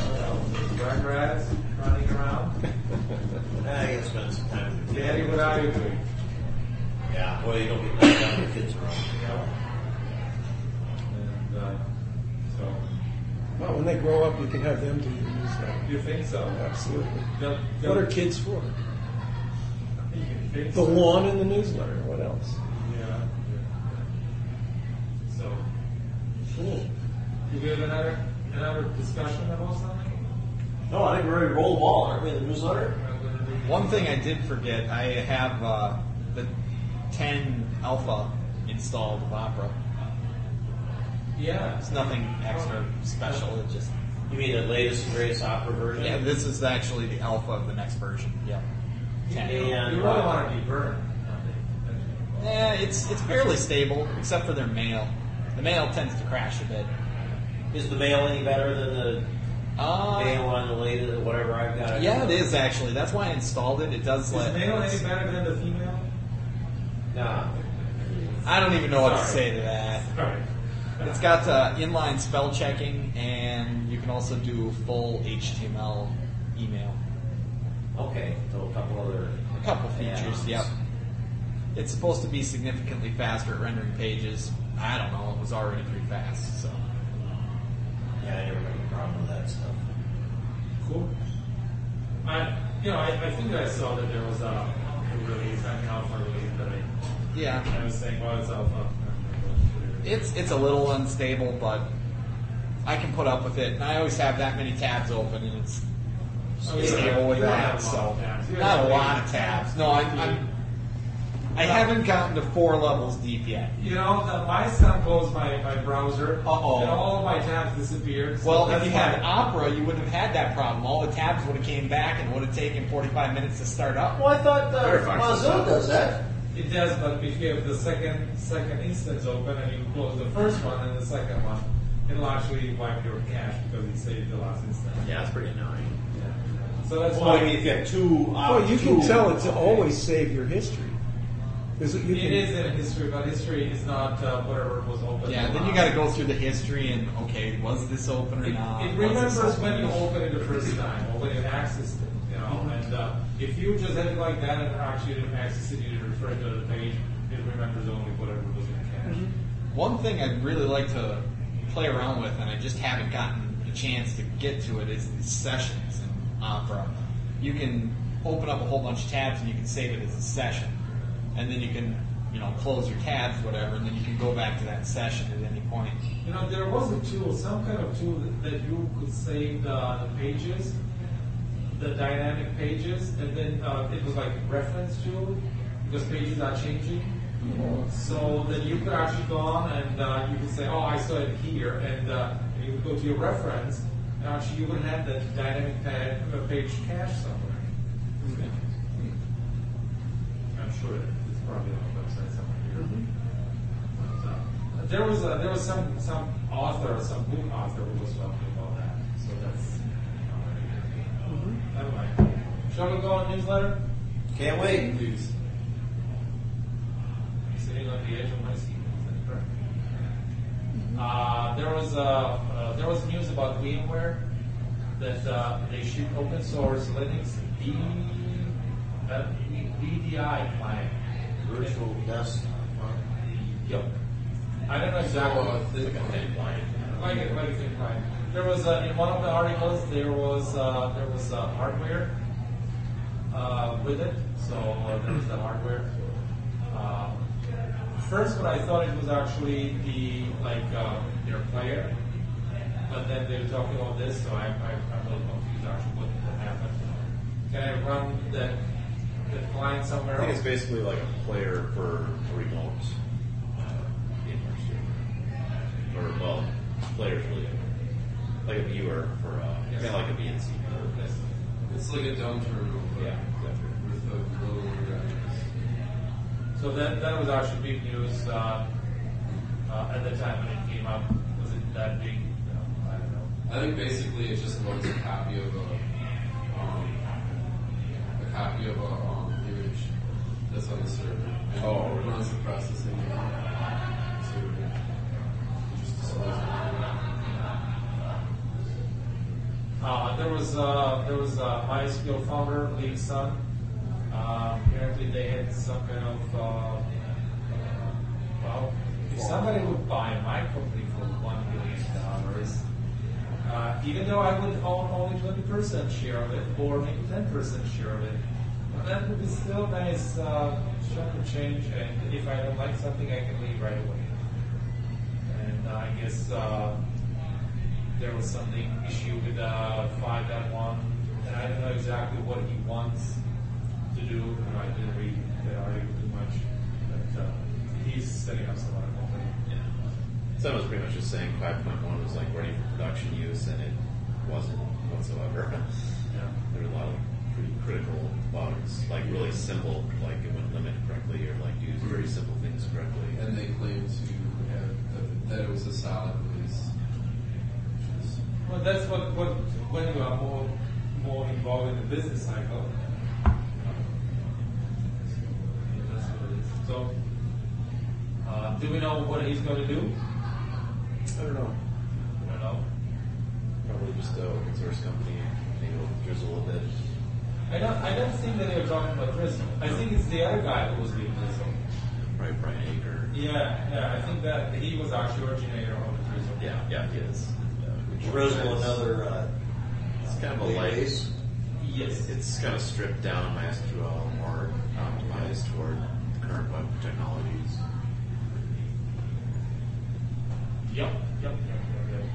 Rugrats running around.
I can spend some time with your
Daddy,
family.
what are you doing?
Yeah, well, you don't get knocked out when kids are around.
And uh, so,
Well, when they grow up, you can have them do your newsletter.
you think so?
Absolutely.
Don't-
What are
don't-
kids for?
you think so?
The lawn and the newsletter. What else?
Yeah. yeah, yeah. So,
Cool.
you have another another discussion about something?
No, I think we're already roll ball, aren't we, the newsletter?
I'm gonna do-
One thing I did forget, I have uh, the 10 alpha installed of Opera.
Yeah.
It's nothing extra special. It just
You mean the latest and greatest opera version?
yeah, this is actually the alpha of the next version. Yeah, 10.
You
And,
really
uh,
want to be burned.
Yeah, Eh, it's it's fairly stable except for their mail. The mail tends to crash a bit.
Is the mail any better than the mail
Uh,
on the latest, whatever I've got?
yeah, it is actually. That's why I installed it. It does
Is
let.
male any better than the female?
Nah.
I don't even know what to
Sorry.
say to that.
Sorry.
It's got uh, inline spell checking, and you can also do full HTML email.
Okay, so a couple other.
A couple features, yep. It's supposed to be significantly faster at rendering pages. I don't know, it was already pretty fast, so.
Yeah, I never had a problem with that stuff.
Cool. I, you know, I, I think that I saw that there was a, a release, an alpha release that I,
Yeah.
I was saying, well, it's alpha.
It's it's a little unstable, but I can put up with it. And I always have that many tabs open, and it's
Oh, yeah.
stable with
You don't
that.
have a lot
So
of tabs. You
not
have
a lot of
eight
tabs. No, I, I'm. I haven't gotten to four levels deep yet.
You know, the, my son closed my, my browser,
Uh-oh.
and all of my tabs disappeared. so
Well,
that's
if you had
why-
Opera, you wouldn't have had that problem. All the tabs would have came back and would have taken 45 minutes to start up.
Well, I thought uh,
Firefox does
Mazoo does that.
It does, but if you have the second second instance open and you close the first one and the second one, it'll actually wipe your cache because it saved the last instance.
Yeah, it's pretty annoying.
So that's
Well,
why
I mean, if you have two. Uh,
Well, you
two,
can tell it to always save your history. 'Cause you
it
can-
is in history, but history is not uh, whatever was open.
Yeah, then you got to go through the history and okay, was this open or
It,
not?
it
Was
remembers
this-
when you opened it the first time or when you accessed it, you know. And uh, if you just had it like that and actually didn't access it, you didn't refer to the page, it remembers only whatever was in cache.
Mm-hmm. One thing I'd really like to play around with, and I just haven't gotten the chance to get to it, is these sessions in Opera. You can open up a whole bunch of tabs and you can save it as a session, and then you can, you know, close your tabs, whatever, and then you can go back to that session at any point.
You know, there was a tool, some kind of tool that- that you could save the, the pages, the dynamic pages, and then uh, it was like reference tool because pages are changing. So then you could actually go on and uh, you could say, oh, I saw it here, and, uh, and you would go to your reference, and actually you would have that dynamic pa- uh, page cache somewhere. I'm sure it- it's probably on the website somewhere here. But, uh, there was a, there was some some author, some book author who was talking about that. So that's uh, never mind. Shall we go on newsletter?
Can't wait.
Please.
Sitting on the edge of my seat. Is that correct? Uh, there was uh, uh, there was news about VMware that uh, they ship open source Linux D, uh, VDI client.
Virtual desktop. huh?
Yep. I don't know exactly.
So, uh, this is like a thin line.
Like it, like it's inclined. There was uh, in one of the articles there was uh, there was uh, hardware uh, with it, so uh, there was the hardware. Uh, first, what I thought it was actually the like uh, their player, but then they were talking about this, so I, I I'm a little confused actually what, what happened. Can I run that that client
I
somewhere
think it's
else?
basically like a player for a remote uh, game or server. Or, well, players really like a viewer for uh, kind of like a VNC.
It's like a dumb terminal, but
Yeah, exactly.
with a little graphics.
So that that was actually big news uh, uh, at the time when it came up. Was it that big? No, I don't know.
I think basically it just loads a copy of a, um, a copy of a um, image that's on the server. And
Oh,
it
really?
Runs the processing. and So we just dispose of it.
Uh, there was uh, there was uh, MySQL founder Lee Sun. Uh, apparently, they had some kind of uh, uh, well, if somebody would buy my company for one million dollars, uh, even though I would own only twenty percent share of it or maybe ten percent share of it, but that would be still nice uh, chunk of change. And if I don't like something, I can leave right away. And I guess. Uh, there was something issue with uh, five that one, and I don't know exactly what he wants to do. and I didn't read the article too much, but uh, he's setting up some other company.
Yeah. So I was pretty much just saying 5.1 was like ready for production use, and it wasn't whatsoever.
Yeah.
there were a lot of pretty critical bugs, like really simple, like it wouldn't limit correctly or like do very simple things correctly.
And they claim to have, the, that it was a solid release. Which is,
Well, that's what, what when you are more more involved in the business cycle. Yeah, that's what it is. So, uh, do we know what he's going to do?
I don't know.
I don't know.
Probably just a open source company, maybe it'll drizzle a bit.
I don't. I don't think that they were talking about Prism. I think it's the other guy who was doing Prism.
Probably Brian Aker.
Yeah, yeah, I think that he was actually originator of the prison.
Yeah, yeah, he is. Yeah.
Drizzle another, uh,
It's kind of a light.
database.
Yes.
It's kind of stripped down MySQL more optimized toward current web technologies.
Yep. Yep. Yep. Yep.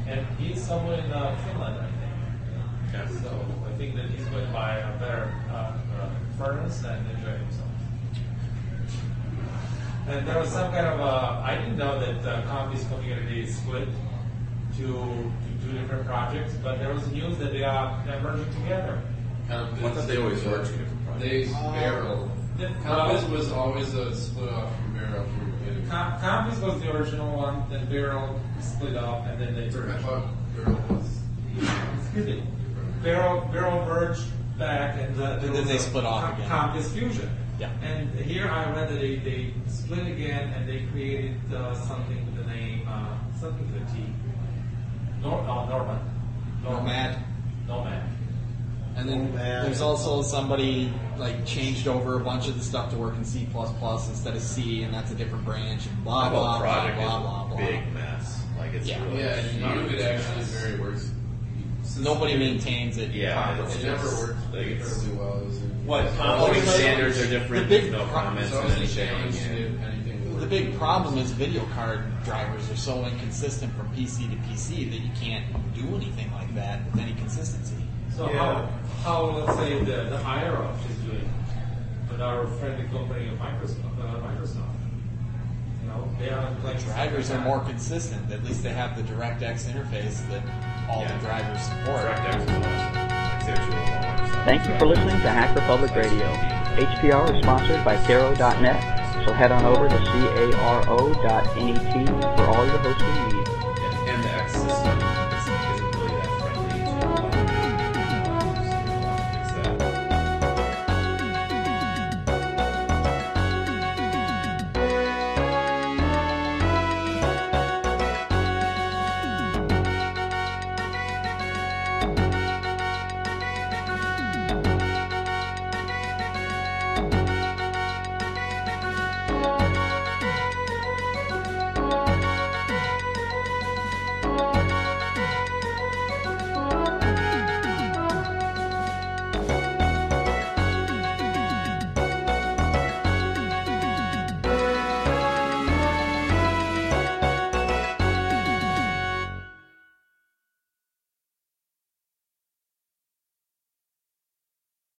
yep. And he's somewhere in uh, Finland, I think.
Yeah.
So I think that he's going to buy a better uh, uh, furnace and enjoy himself. And there was some kind of uh, I didn't know that uh, Compi's community is split to, to two different projects, but there was news that they are they're merging together.
Compass-
Well, I thought they always worked in different
They
projects.
barrel.
The- uh,
Compass was always a split off from barrel from the beginning.
Com- Compass was the original one, then Barrel split up, and then they
I
merged.
thought barrel was.
Excuse me. Barrel, Barrel merged back, and uh,
And then they split off again.
Compass Fusion.
Yeah.
And here I read that they, they split again, and they created uh, something with the name uh, something with a T. Nor- uh, Norman.
Nomad.
Nomad.
And then there's also somebody like changed over a bunch of the stuff to work in C instead of C, and that's a different branch. And blah
That whole
blah blah
project
blah
is
blah blah.
a big mess. Like it's
Yeah.
really
Yeah, and
not
you
a
could
good
actually
mess.
very works. Since
Nobody maintains it.
Yeah,
properly.
it's
It never worked
Like it's
incredibly well. It was in-
What,
all
Compost?
these standards are different.
The big
there's no
pro-
comments
It's
and
always a
anything.
challenge to
and-
get anything. to
The
work.
big problem is video card drivers are so inconsistent from PC to PC that you can't do anything like that with any consistency.
So
Yeah.
how, how let's say the, the IROC is doing with our friendly company of Microsoft, uh, Microsoft. You know, they are like
Drivers are more consistent. At least they have the DirectX interface that all
Yeah.
the drivers support.
DirectX will, like, say what you want, so-
Thank you for listening to Hack Republic Radio. HPR is sponsored by Caro.net, so head on over to caro.net for E all your hosting needs.
And the X system.